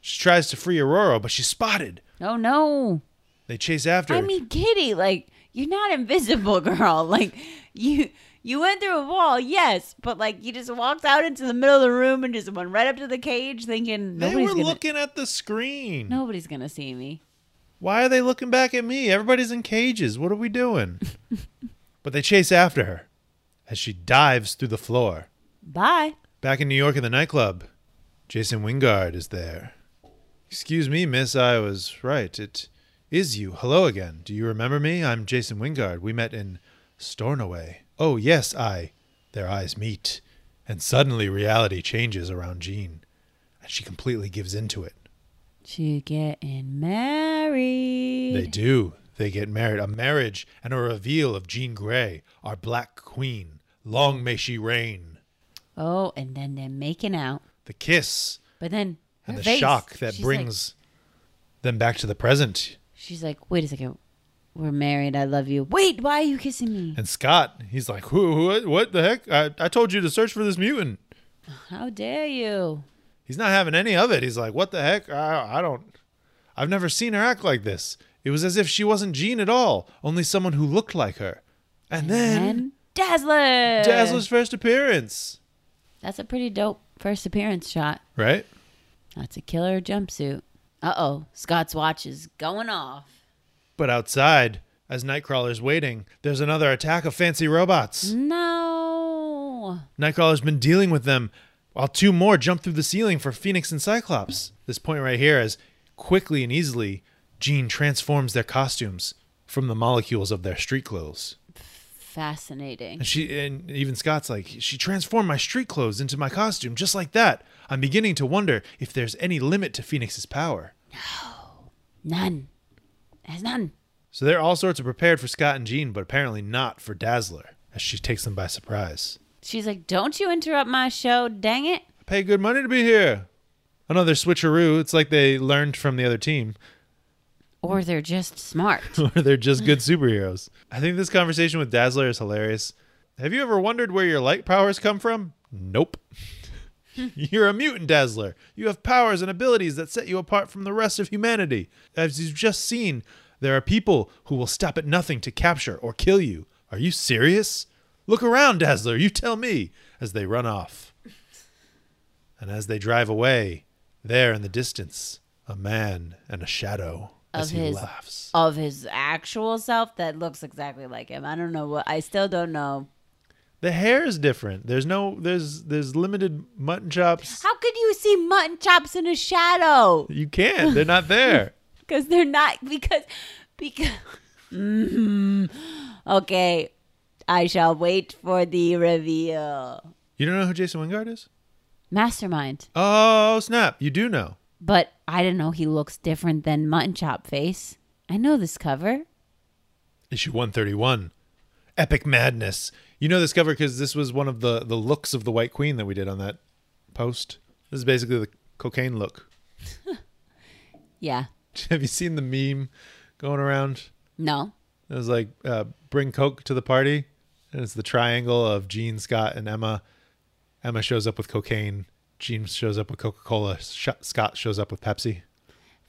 She tries to free Aurora, but she's spotted. Oh no. They chase after I her. mean, Kitty, like you're not invisible, girl. Like you, you went through a wall, yes, but like you just walked out into the middle of the room and just went right up to the cage, thinking they nobody's were gonna, looking at the screen. nobody's gonna see me. Why are they looking back at me? Everybody's in cages. What are we doing? but they chase after her as she dives through the floor. Bye. Back in New York in the nightclub, Jason Wingard is there. Excuse me, miss, I was right. It is you. Hello again. Do you remember me? I'm Jason Wingard. We met in Stornoway. Oh, yes, I. Their eyes meet, and suddenly reality changes around Jean, and she completely gives into it. She getting married. They do. They get married. A marriage and a reveal of Jean Grey, our black queen. Long may she reign. oh, and then they're making out, The kiss but then and her the face, shock that she's like, brings Then back to the present. She's like, wait a second. We're married. I love you. Wait, why are you kissing me? And Scott, he's like, who, who- what, what the heck? I, I told you to search for this mutant. How dare you? He's not having any of it. He's like, what the heck? I, I don't. I've never seen her act like this. It was as if she wasn't Jean at all, only someone who looked like her. And then And uh, Dazzler. Dazzler's first appearance, That's a pretty dope first appearance shot. right? That's a killer jumpsuit. Uh oh. Scott's watch is going off. But outside, as Nightcrawler's waiting, there's another attack of fancy robots. No. Nightcrawler's been dealing with them while two more jump through the ceiling for Phoenix and Cyclops. This point right here is quickly and easily, Jean transforms their costumes from the molecules of their street clothes. Fascinating. And she and even Scott's like, she transformed my street clothes into my costume just like that. I'm beginning to wonder if there's any limit to Phoenix's power. None. There's none. So they're all sorts of prepared for Scott and Jean, but apparently not for Dazzler, as she takes them by surprise. She's like, don't you interrupt my show. Dang it. I pay good money to be here. Another switcheroo. It's like they learned from the other team, Or they're just smart. or they're just good superheroes. I think this conversation with Dazzler is hilarious. Have you ever wondered where your light powers come from? Nope. You're a mutant, Dazzler. You have powers and abilities that set you apart from the rest of humanity. As you've just seen, there are people who will stop at nothing to capture or kill you. Are you serious? Look around, Dazzler. You tell me. As they run off. And as they drive away, there in the distance, a man and a shadow Of as he his- laughs. of his actual self that looks exactly like him. I don't know what I still don't know. The hair is different. There's no there's there's limited mutton chops. How could you see mutton chops in a shadow? You can't. They're not there. Because they're not because because Mm. Okay. I shall wait for the reveal. You don't know who Jason Wingard is? Mastermind. Oh snap! You do know. But I didn't know he looks different than Mutton Chop Face. I know this cover. Issue one thirty one, epic madness. You know this cover because this was one of the the looks of the White Queen that we did on that post. This is basically the cocaine look. Yeah. Have you seen the meme going around? No. It was like, uh, bring Coke to the party. And it's the triangle of Gene, Scott, and Emma. Emma shows up with cocaine. Gene shows up with Coca Cola. Sh- Scott shows up with Pepsi.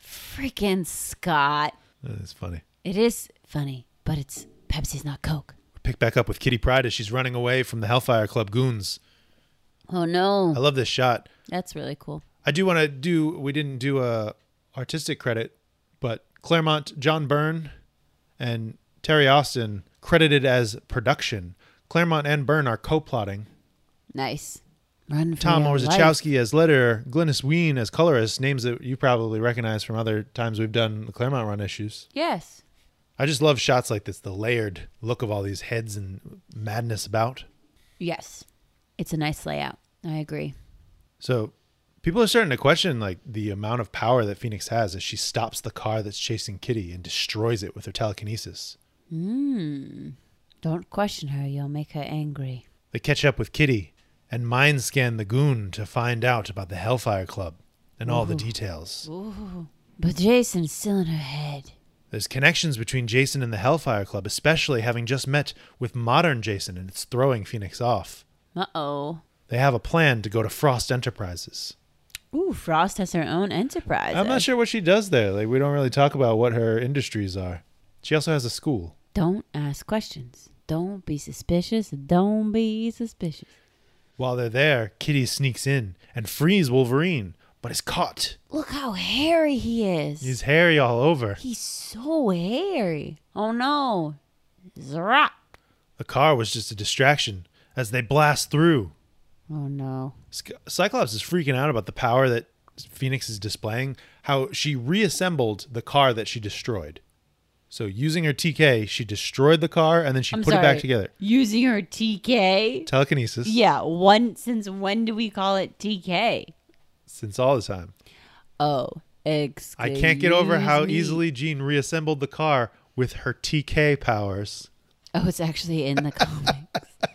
Freaking Scott. Uh, It's funny. It is funny, but it's Pepsi's not Coke. We pick back up with Kitty Pride as she's running away from the Hellfire Club goons. Oh I no. love this shot. That's really cool. I do want to do. We didn't do a artistic credit, but Claremont, John Byrne, and Terry Austin credited as production. Claremont and Byrne are co-plotting. Nice. Run for Tom your life. Orzechowski as letterer, Glynis Ween as colorist, names that you probably recognize from other times we've done the Claremont run issues. Yes. I just love shots like this, the layered look of all these heads and madness about. Yes. It's a nice layout. I agree. So people are starting to question like the amount of power that Phoenix has as she stops the car that's chasing Kitty and destroys it with her telekinesis. Hmm. Don't question her. You'll make her angry. They catch up with Kitty and mind scan the goon to find out about the Hellfire Club and all the details. But Jason's still in her head. There's connections between Jason and the Hellfire Club, especially having just met with modern Jason, and it's throwing Phoenix off. Uh oh. They have a plan to go to Frost Enterprises. Ooh, Frost has her own enterprise. I'm not sure what she does there. Like, we don't really talk about what her industries are. She also has a school. Don't ask questions. Don't be suspicious. Don't be suspicious. While they're there, Kitty sneaks in and frees Wolverine, but is caught. Look how hairy he is. He's hairy all over. He's so hairy. Oh no. Zrap. The car was just a distraction as they blast through. Oh no. Sc- Cyclops is freaking out about the power that Phoenix is displaying, how she reassembled the car that she destroyed. So using her TK, she destroyed the car and then she I'm put sorry. it back together. Using her TK. Telekinesis Yeah, one since when do we call it TK? since all the time. Oh, excuse I can't get over how me. easily Jean reassembled the car with her TK powers. Oh, it's actually in the comics.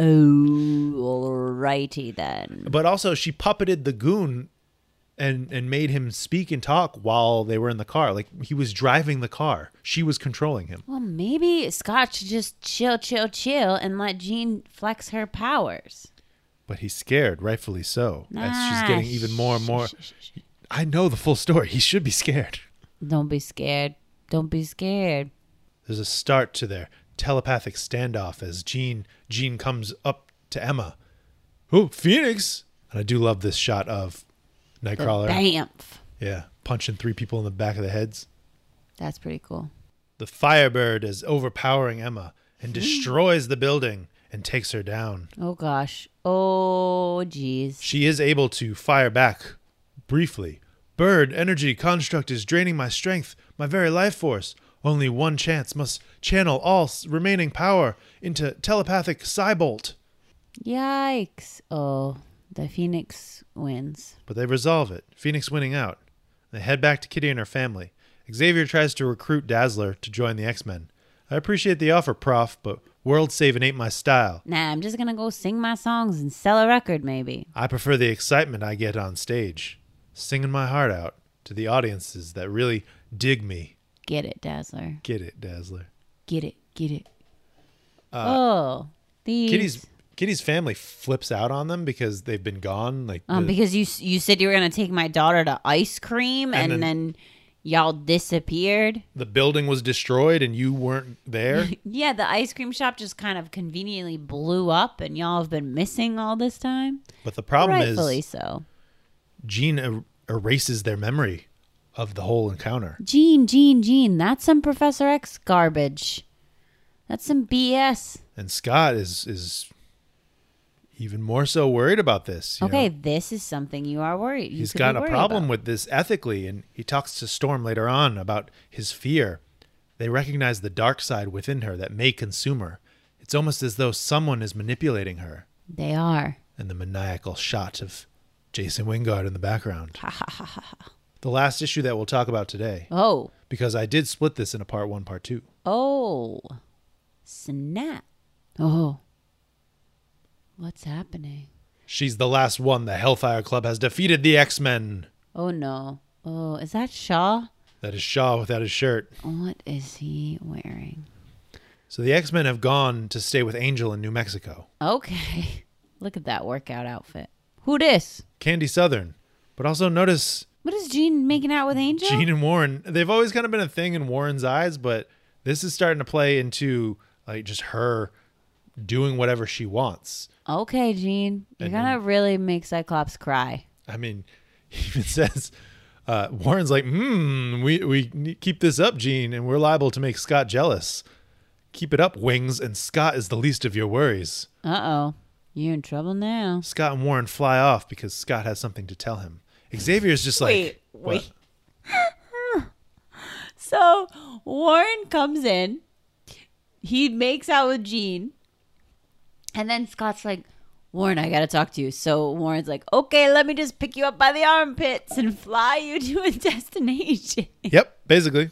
Oh, alrighty then. But also she puppeted the goon and and made him speak and talk while they were in the car. Like he was driving the car. She was controlling him. Well, maybe Scott should just chill, chill, chill, and let Jean flex her powers. But he's scared, rightfully so. As she's Nah, getting even more and more I know the full story. He should be scared. Don't be scared. Don't be scared. There's a start to their telepathic standoff as Jean Jean comes up to Emma. Oh, Phoenix. And I do love this shot of Nightcrawler. Bamf. Yeah, punching three people in the back of the heads. That's pretty cool. The Firebird is overpowering Emma and destroys the building and takes her down. Oh gosh. Oh jeez. She is able to fire back briefly. Bird, energy, construct is draining my strength, my very life force. Only one chance must channel all s- remaining power into telepathic Psybolt. Yikes. Oh, the Phoenix wins. But they resolve it, Phoenix winning out. They head back to Kitty and her family. Xavier tries to recruit Dazzler to join the X Men. I appreciate the offer, Prof, but world saving ain't my style. Nah, I'm just gonna go sing my songs and sell a record, maybe. I prefer the excitement I get on stage, singing my heart out to the audiences that really dig me. Get it, Dazzler. Get it, Dazzler. Get it. Get it. oh, these. Uh, Kitty's Kitty's family flips out on them because they've been gone. Like Um, the- because you s- you said you were gonna take my daughter to ice cream, and, then- then, y'all disappeared. the building was destroyed and you weren't there. Yeah, the ice cream shop just kind of conveniently blew up, and y'all have been missing all this time. but the problem Rightfully is so. Jean er- erases their memory of the whole encounter. Gene, Gene, Gene, that's some Professor X garbage. That's some BS. And Scott is is even more so worried about this. you know? Okay, this is something you are worried. you he's could be got a worried problem about. with this ethically and he talks to storm later on about his fear they recognize the dark side within her that may consume her it's almost as though someone is manipulating her They are. and the maniacal shot of jason wingard in the background the last issue that we'll talk about today Oh, because i did split this into part one part two oh, snap! Oh, what's happening? she's the last one the hellfire club has defeated the x-men Oh no. Oh, is that Shaw? that is shaw without his shirt What is he wearing? so the x-men have gone to stay with angel in new mexico Okay. Look at that workout outfit. Who dis? candy southern but also notice What is Gene making out with Angel? Gene and Warren, they've always kind of been a thing in Warren's eyes, but this is starting to play into like just her doing whatever she wants. Okay, Gene. You're going to really make Cyclops cry. I mean, he even says uh, Warren's like, "Hmm, we we need- keep this up, Gene, and we're liable to make Scott jealous. Keep it up, Wings, and Scott is the least of your worries." Uh oh. You're in trouble now. Scott and Warren fly off because Scott has something to tell him. Xavier's just like, Wait, "What?" wait. So Warren comes in. He makes out with Gene. And then Scott's like, Warren, I got to talk to you. So Warren's like, okay, let me just pick you up by the armpits and fly you to a destination. Yep, basically.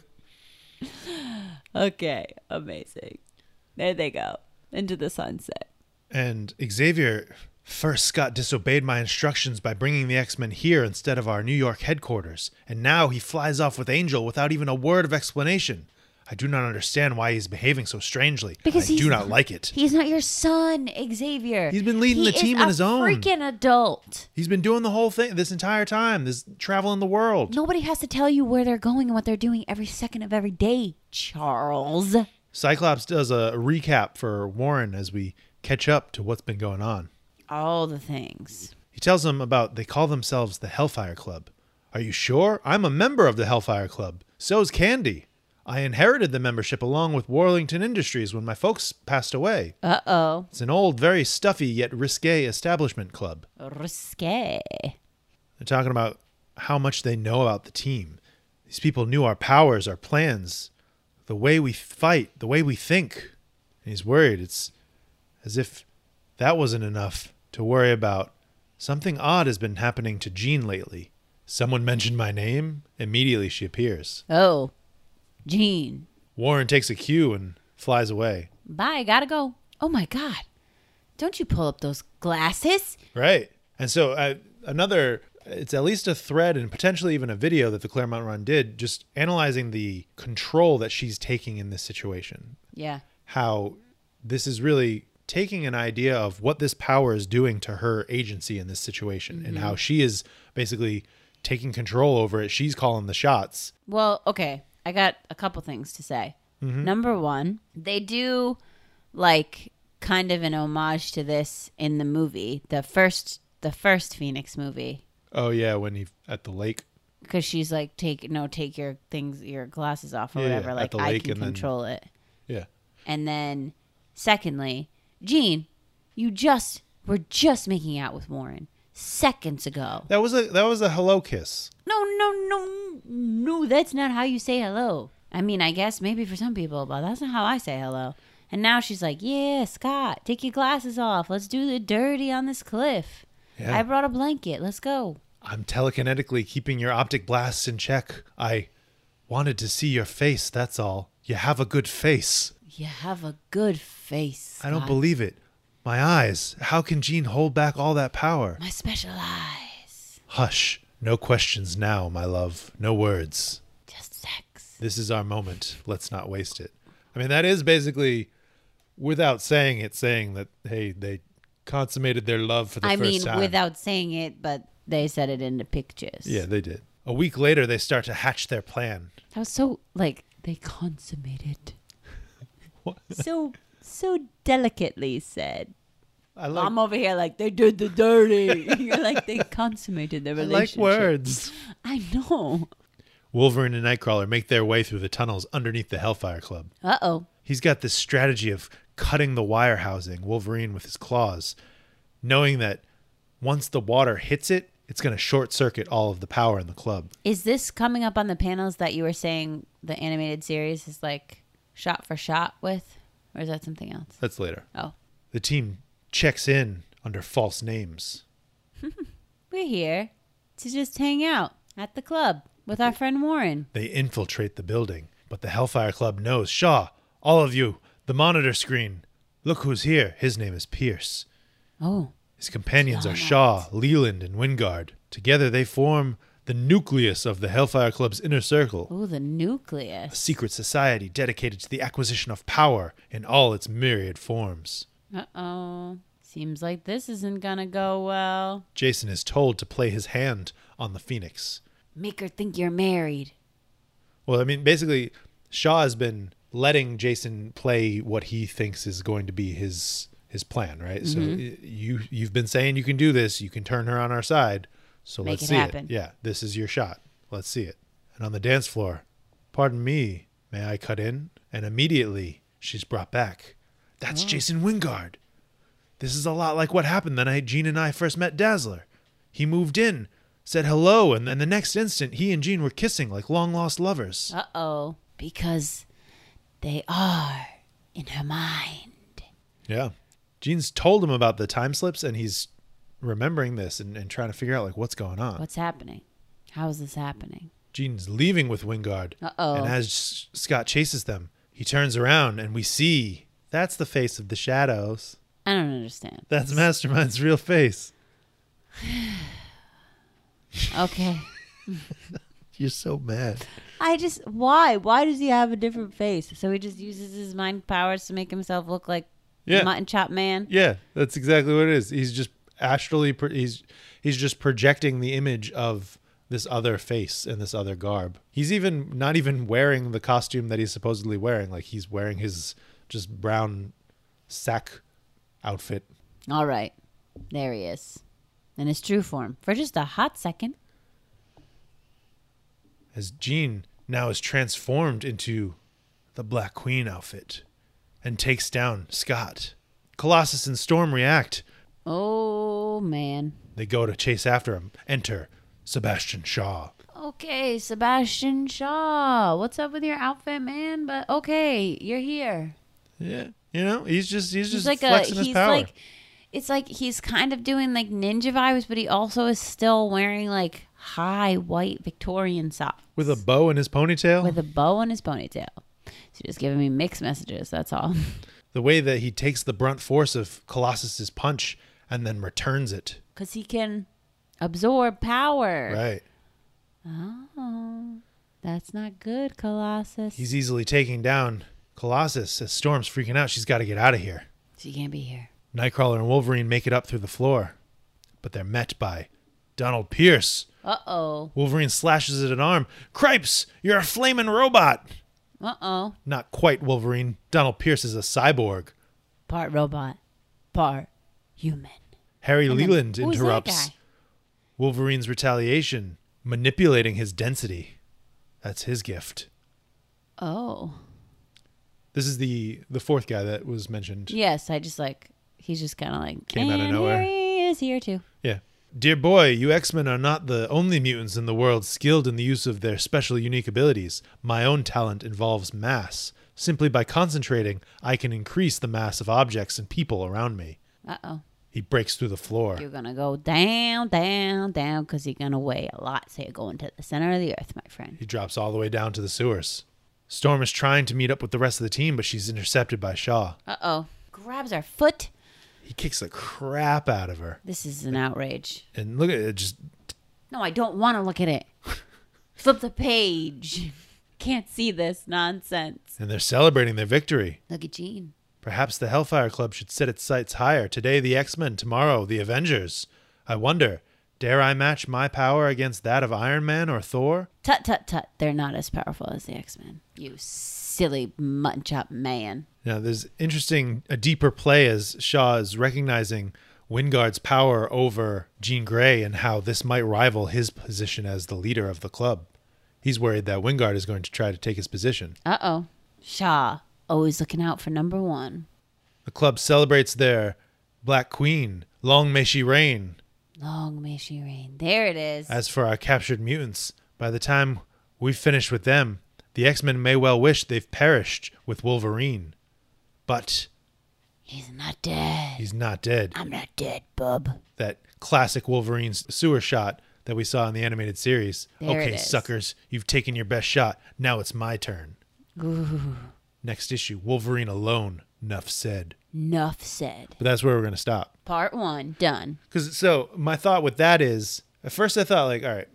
okay, amazing. There they go into the sunset. And Xavier, first Scott disobeyed my instructions by bringing the X Men here instead of our New York headquarters, and now he flies off with Angel without even a word of explanation. I do not understand why he's behaving so strangely. and Because I he's do not like it. He's not your son, Xavier. He's been leading He the team is on a his own. Freaking adult. He's been doing the whole thing this entire time, this traveling the world. Nobody has to tell you where they're going and what they're doing every second of every day, Charles. Cyclops does a recap for Warren as we catch up to what's been going on. All the things. He tells them about they call themselves the Hellfire Club. Are you sure? I'm a member of the Hellfire Club. So's Candy. I inherited the membership along with Warlington Industries when my folks passed away. Uh oh. It's an old, very stuffy yet risque establishment club. Risque. They're talking about how much they know about the team. These people knew our powers, our plans, the way we fight, the way we think. And he's worried. It's as if that wasn't enough to worry about. Something odd has been happening to Jean lately. Someone mentioned my name. Immediately she appears. Oh. Gene. Warren takes a cue and flies away. Bye. Gotta go. Oh my God. Don't you pull up those glasses? Right. And so uh, another it's at least a thread and potentially even a video that the Claremont Run did, just analyzing the control that she's taking in this situation. Yeah. How this is really taking an idea of what this power is doing to her agency in this situation and how she is basically taking control over it. She's calling the shots. Well, okay. I got a couple things to say. Mm-hmm. Number one, they do like kind of an homage to this in the movie, the first, the first Phoenix movie, Oh, yeah, when he at the lake. because she's like, take no, take your things, your glasses off or Yeah, yeah, whatever. at Like the I lake can and then- control it. Yeah. And then, secondly, Gene, you just were just making out with Warren seconds ago. That was a that was a hello kiss. No, no, no, no. That's not how you say hello. I mean, I guess maybe for some people, but that's not how I say hello. And now she's like, "Yeah, Scott, take your glasses off. Let's do the dirty on this cliff. Yeah. I brought a blanket. Let's go." I'm telekinetically keeping your optic blasts in check. I wanted to see your face, that's all. You have a good face. You have a good face. I don't Scott. believe it. My eyes. How can Jean hold back all that power? my special eyes. Hush. No questions now, my love. No words. Just sex. This is our moment. Let's not waste it. I mean, that is basically, without saying it, saying that, hey, they consummated their love for the I first mean, time. without saying it, but they said it in the pictures. Yeah, they did. A week later, they start to hatch their plan. That was so like they consummated. What? So so delicately said. I like, I'm over here like they did the dirty. You're like they consummated their I like relationship. words. I know. Wolverine and Nightcrawler make their way through the tunnels underneath the Hellfire Club. Uh oh. He's got this strategy of cutting the wire housing, Wolverine with his claws, knowing that once the water hits it, it's going to short circuit all of the power in the club. Is this coming up on the panels that you were saying the animated series is like shot for shot with, or is that something else? That's later. Oh, The team checks in under false names. we're here to just hang out at the club with our friend Warren. They infiltrate the building, but the Hellfire Club knows. Shaw, all of you, the monitor screen. Look who's here. His name is Pierce. Oh, His companions are Shaw, Leland, and Wingard. Together they form the nucleus of the Hellfire Club's inner circle, oh, the nucleus. a secret society dedicated to the acquisition of power in all its myriad forms. Uh oh. Seems like this isn't gonna go well. Jason is told to play his hand on the Phoenix. Make her think you're married. Well, I mean, basically, Shaw has been letting Jason play what he thinks is going to be his his plan, right? So Mm-hmm. y- you you've been saying you can do this, you can turn her on our side. So Make let's it see happen. it. Yeah, this is your shot. Let's see it. And on the dance floor, pardon me, may I cut in? And immediately she's brought back. That's Oh. Jason Wingard. This is a lot like what happened the night Gene and I first met Dazzler. He moved in, said hello, and then the next instant he and Gene were kissing like long lost lovers. Uh oh. Because they are in her mind. Yeah. Gene's told him about the time slips and he's remembering this and, and trying to figure out like what's going on. What's happening? How is this happening? Gene's leaving with Wingard. Uh-oh. And as S- Scott chases them, he turns around and we see that's the face of the shadows. I don't understand. That's Mastermind's real face. Okay. You're so mad. I just why? Why does he have a different face? So he just uses his mind powers to make himself look like Yeah. mutton chop man. Yeah, that's exactly what it is. He's just astrally pro- he's he's just projecting the image of this other face and this other garb. He's even not even wearing the costume that he's supposedly wearing. Like he's wearing his just brown sack outfit. All right. There he is. In his true form. For just a hot second. As Jean now is transformed into the Black Queen outfit and takes down Scott. Colossus and Storm react. Oh man. They go to chase after him. Enter Sebastian Shaw. Okay, Sebastian Shaw. What's up with your outfit, man? But okay, you're here. Yeah. You know, he's just he's just He's like a flexing his he's power. like it's like he's kind of doing like ninja vibes, but he also is still wearing like high white Victorian socks With a bow in his ponytail. with a bow on his ponytail. So just giving me mixed messages, that's all. the way that he takes the brunt force of Colossus's punch and then returns it. Cuz he can absorb power. Right. Oh, that's not good, Colossus. He's easily taking down Colossus as Storm's freaking out. She's got to get out of here. she can't be here. Nightcrawler and Wolverine make it up through the floor, but they're met by Donald Pierce. Uh oh. Wolverine slashes at an arm. Cripes, you're a flaming robot. Uh oh. Not quite Wolverine. Donald Pierce is a cyborg. Part robot, part human. Harry And then- Leland who is that interrupts guy? Wolverine's retaliation, manipulating his density. That's his gift. Oh. This is the the fourth guy that was mentioned. Yes, I just like, he's just kind of like, Came out of "And nowhere." Here he is here too. Yeah. Dear boy, you X Men are not the only mutants in the world skilled in the use of their special unique abilities. My own talent involves mass. Simply by concentrating, I can increase the mass of objects and people around me. Uh oh. He breaks through the floor. You're going to go down, down, down because you're going to weigh a lot. So you're going to the center of the earth, my friend. He drops all the way down to the sewers. Storm is trying to meet up with the rest of the team, but she's intercepted by Shaw. Uh oh. Grabs her foot. He kicks the crap out of her. This is an outrage. And look at it just No, I don't want to look at it. Flip the page. Can't see this nonsense. and they're celebrating their victory. Look at Jean. Perhaps the Hellfire Club should set its sights higher. Today, the X Men, tomorrow, the Avengers. I wonder, dare I match my power against that of Iron Man or Thor? Tut, tut, tut. They're not as powerful as the X Men. You silly munch up man. Now, there's interesting, a deeper play as Shaw is recognizing Wingard's power over Jean Grey and how this might rival his position as the leader of the club. He's worried that Wingard is going to try to take his position. Uh oh. Shaw, always looking out for number one. The club celebrates their Black Queen. Long may she reign. Long may she reign. There it is. As for our captured mutants, by the time we've finished with them, the X Men may well wish they've perished with Wolverine. But He's not dead. he's not dead. I'm not dead, bub. That classic Wolverine s- sewer shot that we saw in the animated series. There okay, it is. suckers, you've taken your best shot. Now it's my turn. Next issue Wolverine alone. Nuff said. Nuff said. But that's where we're going to stop. Part one, done. Because so my thought with that is, at first I thought like, all right,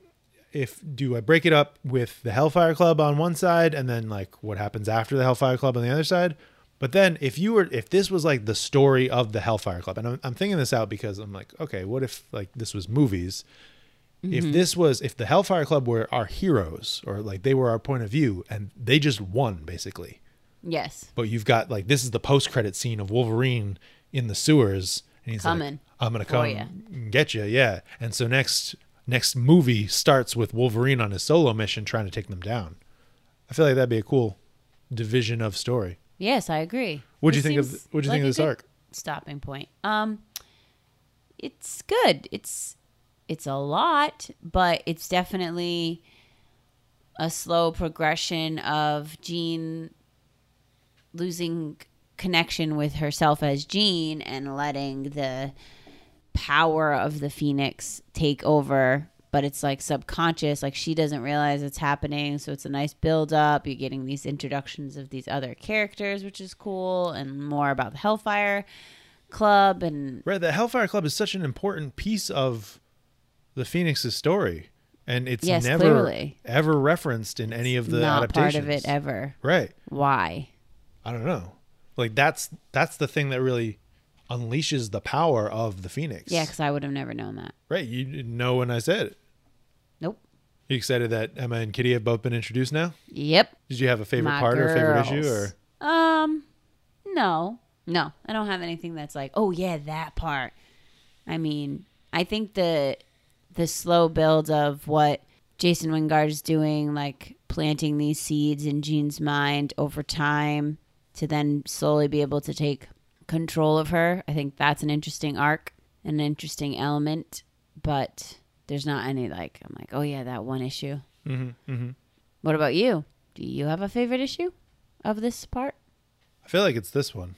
if do I break it up with the Hellfire Club on one side, and then like what happens after the Hellfire Club on the other side? But then if you were, if this was like the story of the Hellfire Club, and I'm, I'm thinking this out because I'm like, okay, what if like this was movies? If this was, if the Hellfire Club were our heroes, or like they were our point of view, and they just won basically, Yes. but you've got like this is the post credit scene of Wolverine in the sewers, and he's like, Coming Oh, "I'm gonna for come ya. and get you." Yeah, and so next next movie starts with Wolverine on his solo mission trying to take them down. I feel like that'd be a cool division of story. Yes, I agree. What'd you This think of- seems what'd you think of like a this good arc? Stopping point. Um, it's good. It's it's a lot, but it's definitely a slow progression of Jean losing connection with herself as Jean and letting the power of the Phoenix take over. But it's like subconscious, like she doesn't realize it's happening. So it's a nice build up. You're getting these introductions of these other characters, which is cool, and more about the Hellfire Club. And Right, the Hellfire Club is such an important piece of the Phoenix's story, and it's Yes, never clearly. ever referenced in any of the not part adaptations. of it ever. Right. Why? I don't know. Like that's that's the thing that really unleashes the power of the Phoenix. Yeah, because I would have never known that. Right. You didn't know when I said it. Nope. You excited that Emma and Kitty have both been introduced now? Yep. Did you have a favorite My part or favorite girls. issue or Um, no, no, I don't have anything that's like, oh yeah, that part. I mean, I think the the slow build of what Jason Wingard is doing, like planting these seeds in Jean's mind over time, to then slowly be able to take control of her. I think that's an interesting arc, an interesting element, but there's not any like I'm like, oh yeah, that one issue. Mm-hmm, mm-hmm. What about you? Do you have a favorite issue of this part? I feel like it's this one.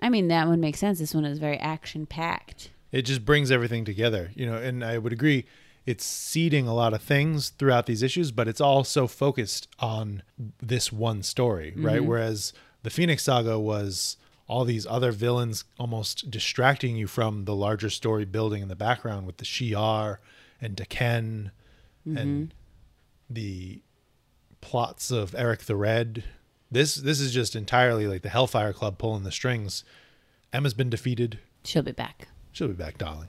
I mean, that would make sense. This one is very action packed. It just brings everything together, you know, and I would agree it's seeding a lot of things throughout these issues, but it's all so focused on this one story, right? Whereas the Phoenix saga was all these other villains almost distracting you from the larger story building in the background with the Shi'ar and Deken and the plots of Eric the Red. This this is just entirely like the Hellfire Club pulling the strings. Emma's been defeated. She'll be back. She'll be back, darling.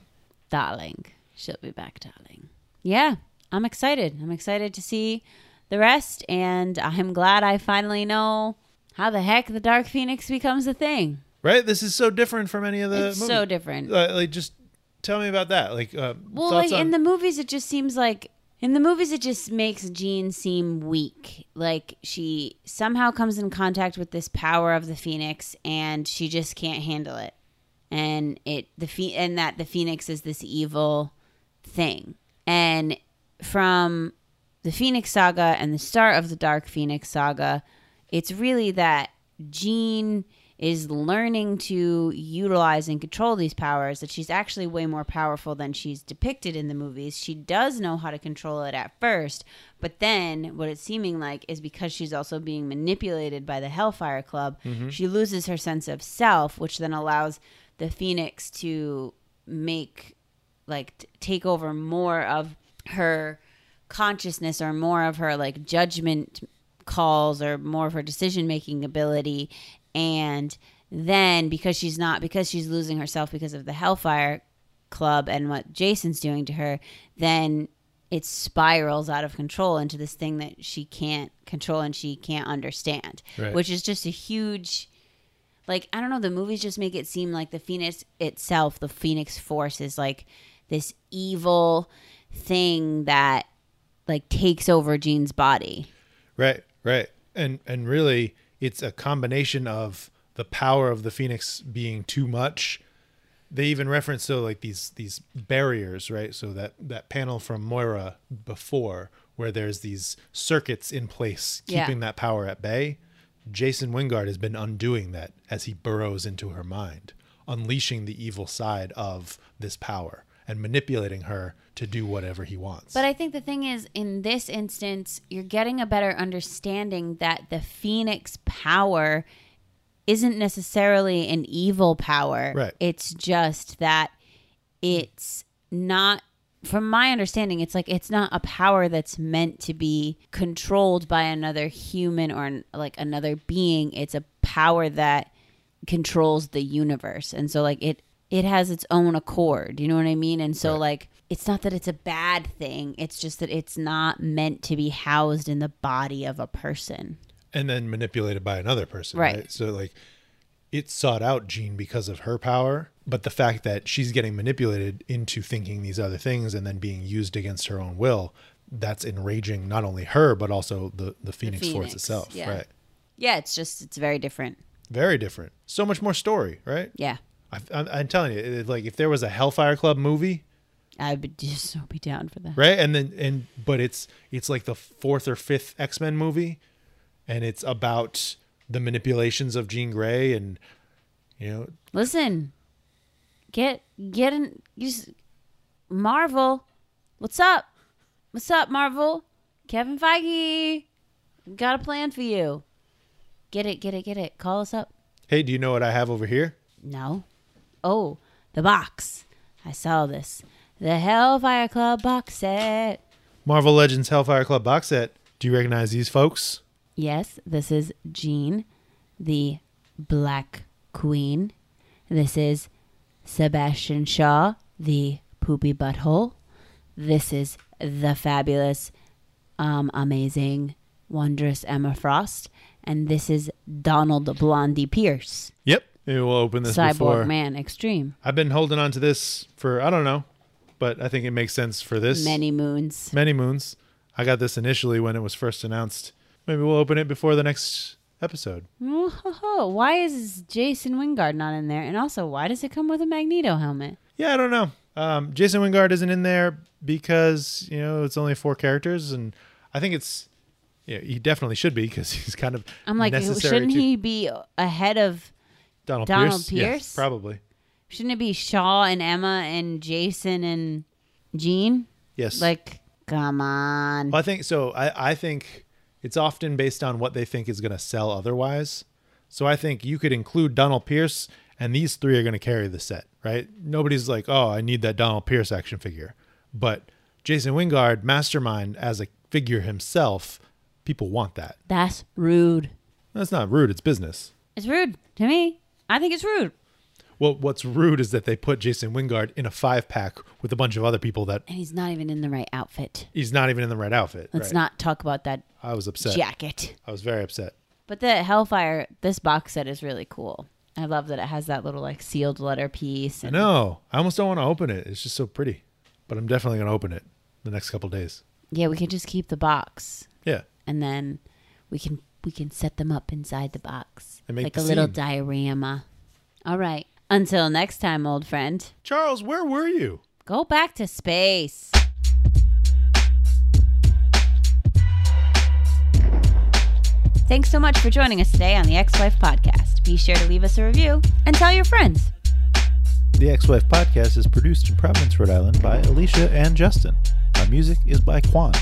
darling. She'll be back, darling. Yeah, I'm excited. I'm excited to see the rest, and I'm glad I finally know how the heck the Dark Phoenix becomes a thing. Right? This is so different from any of the it's movies. so different. Uh, like just tell me about that. Like uh, well, thoughts like on in the movies, it just seems like in the movies, it just makes Jean seem weak. Like she somehow comes in contact with this power of the Phoenix, and she just can't handle it. And it the phe- and that the Phoenix is this evil thing. And from the Phoenix Saga and the start of the Dark Phoenix Saga, it's really that Jean is learning to utilize and control these powers, that she's actually way more powerful than she's depicted in the movies. She does know how to control it at first, but then what it's seeming like is because she's also being manipulated by the Hellfire Club, she loses her sense of self, which then allows the Phoenix to make like t- take over more of her consciousness or more of her like judgment calls or more of her decision making ability and then because she's not because she's losing herself because of the hellfire club and what Jason's doing to her then it spirals out of control into this thing that she can't control and she can't understand Right. which is just a huge like I don't know, the movies just make it seem like the Phoenix itself, the Phoenix Force is like this evil thing that like takes over Jean's body. Right, right. And and really it's a combination of the power of the phoenix being too much. They even reference so like these these barriers, right? So that that panel from Moira before where there's these circuits in place Yeah. keeping that power at bay. Jason Wingard has been undoing that as he burrows into her mind, unleashing the evil side of this power and manipulating her to do whatever he wants. But I think the thing is, in this instance, you're getting a better understanding that the Phoenix power isn't necessarily an evil power. Right. It's just that it's not, from my understanding, it's like it's not a power that's meant to be controlled by another human or an- like another being. It's a power that controls the universe and so like it it has its own accord you know what i mean and so like it's not that it's a bad thing it's just that it's not meant to be housed in the body of a person and then manipulated by another person right. Right. so like it sought out jean because of her power but the fact that she's getting manipulated into thinking these other things and then being used against her own will that's enraging not only her but also the the phoenix, force Phoenix, itself yeah. right yeah it's just it's very different very different so much more story right yeah I, I'm, I'm telling you it, like if there was a hellfire club movie i would just so be down for that right and then and but it's it's like the fourth or fifth x-men movie and it's about the manipulations of jean gray and you know listen get get in you s marvel what's up what's up marvel kevin feige got a plan for you get it get it get it call us up Hey, do you know what I have over here? No. Oh, the box. I saw this. The Hellfire Club box set. Marvel Legends Hellfire Club box set. Do you recognize these folks? Yes, this is Jean, the Black Queen. This is Sebastian Shaw, the Poopy Butthole. This is the fabulous, um, amazing, wondrous Emma Frost. And this is Donald Blondie Pierce, Yep. Maybe we'll open this Cyborg before. Man Extreme. I've been holding on to this for I don't know, but I think it makes sense for this. Many moons. many moons. I got this initially when it was first announced. Maybe we'll open it before the next episode. Whoa, why is Jason Wingard not in there? And also, why does it come with a Magneto helmet? Yeah, I don't know. Um, Jason Wingard isn't in there because you know it's only four characters, and I think it's yeah he definitely should be because he's kind of I'm like, necessary shouldn't to he be ahead of? Donald, Donald Pierce? Yeah, Pierce? probably Shouldn't it be Shaw and Emma and Jason and Jean? yes Like, come on. Well, I think so. I, I think it's often based on what they think is going to sell otherwise. So I think you could include Donald Pierce, and these three are going to carry the set, right? Nobody's like, oh, I need that Donald Pierce action figure. But Jason Wingard, mastermind as a figure himself, people want that. That's rude. That's not rude, it's business. It's rude to me. I think it's rude. Well, what's rude is that they put Jason Wingard in a five pack with a bunch of other people that And he's not even in the right outfit. he's not even in the right outfit. Let's right? not talk about that I was upset. jacket. I was very upset. But the Hellfire, this box set is really cool. I love that it has that little like sealed letter piece. I And know. I almost don't want to open it. It's just so pretty. But I'm definitely going to open it the next couple days. yeah, we can just keep the box Yeah. and then we can we can set them up inside the box And make like the a little scene. diorama. All right. Until next time, old friend. Charles, where were you? Go back to space. Thanks so much for joining us today on the Ex Wife Podcast. Be sure to leave us a review and tell your friends. The Ex Wife Podcast is produced in Providence, Rhode Island by Alicia and Justin. Our music is by Quan.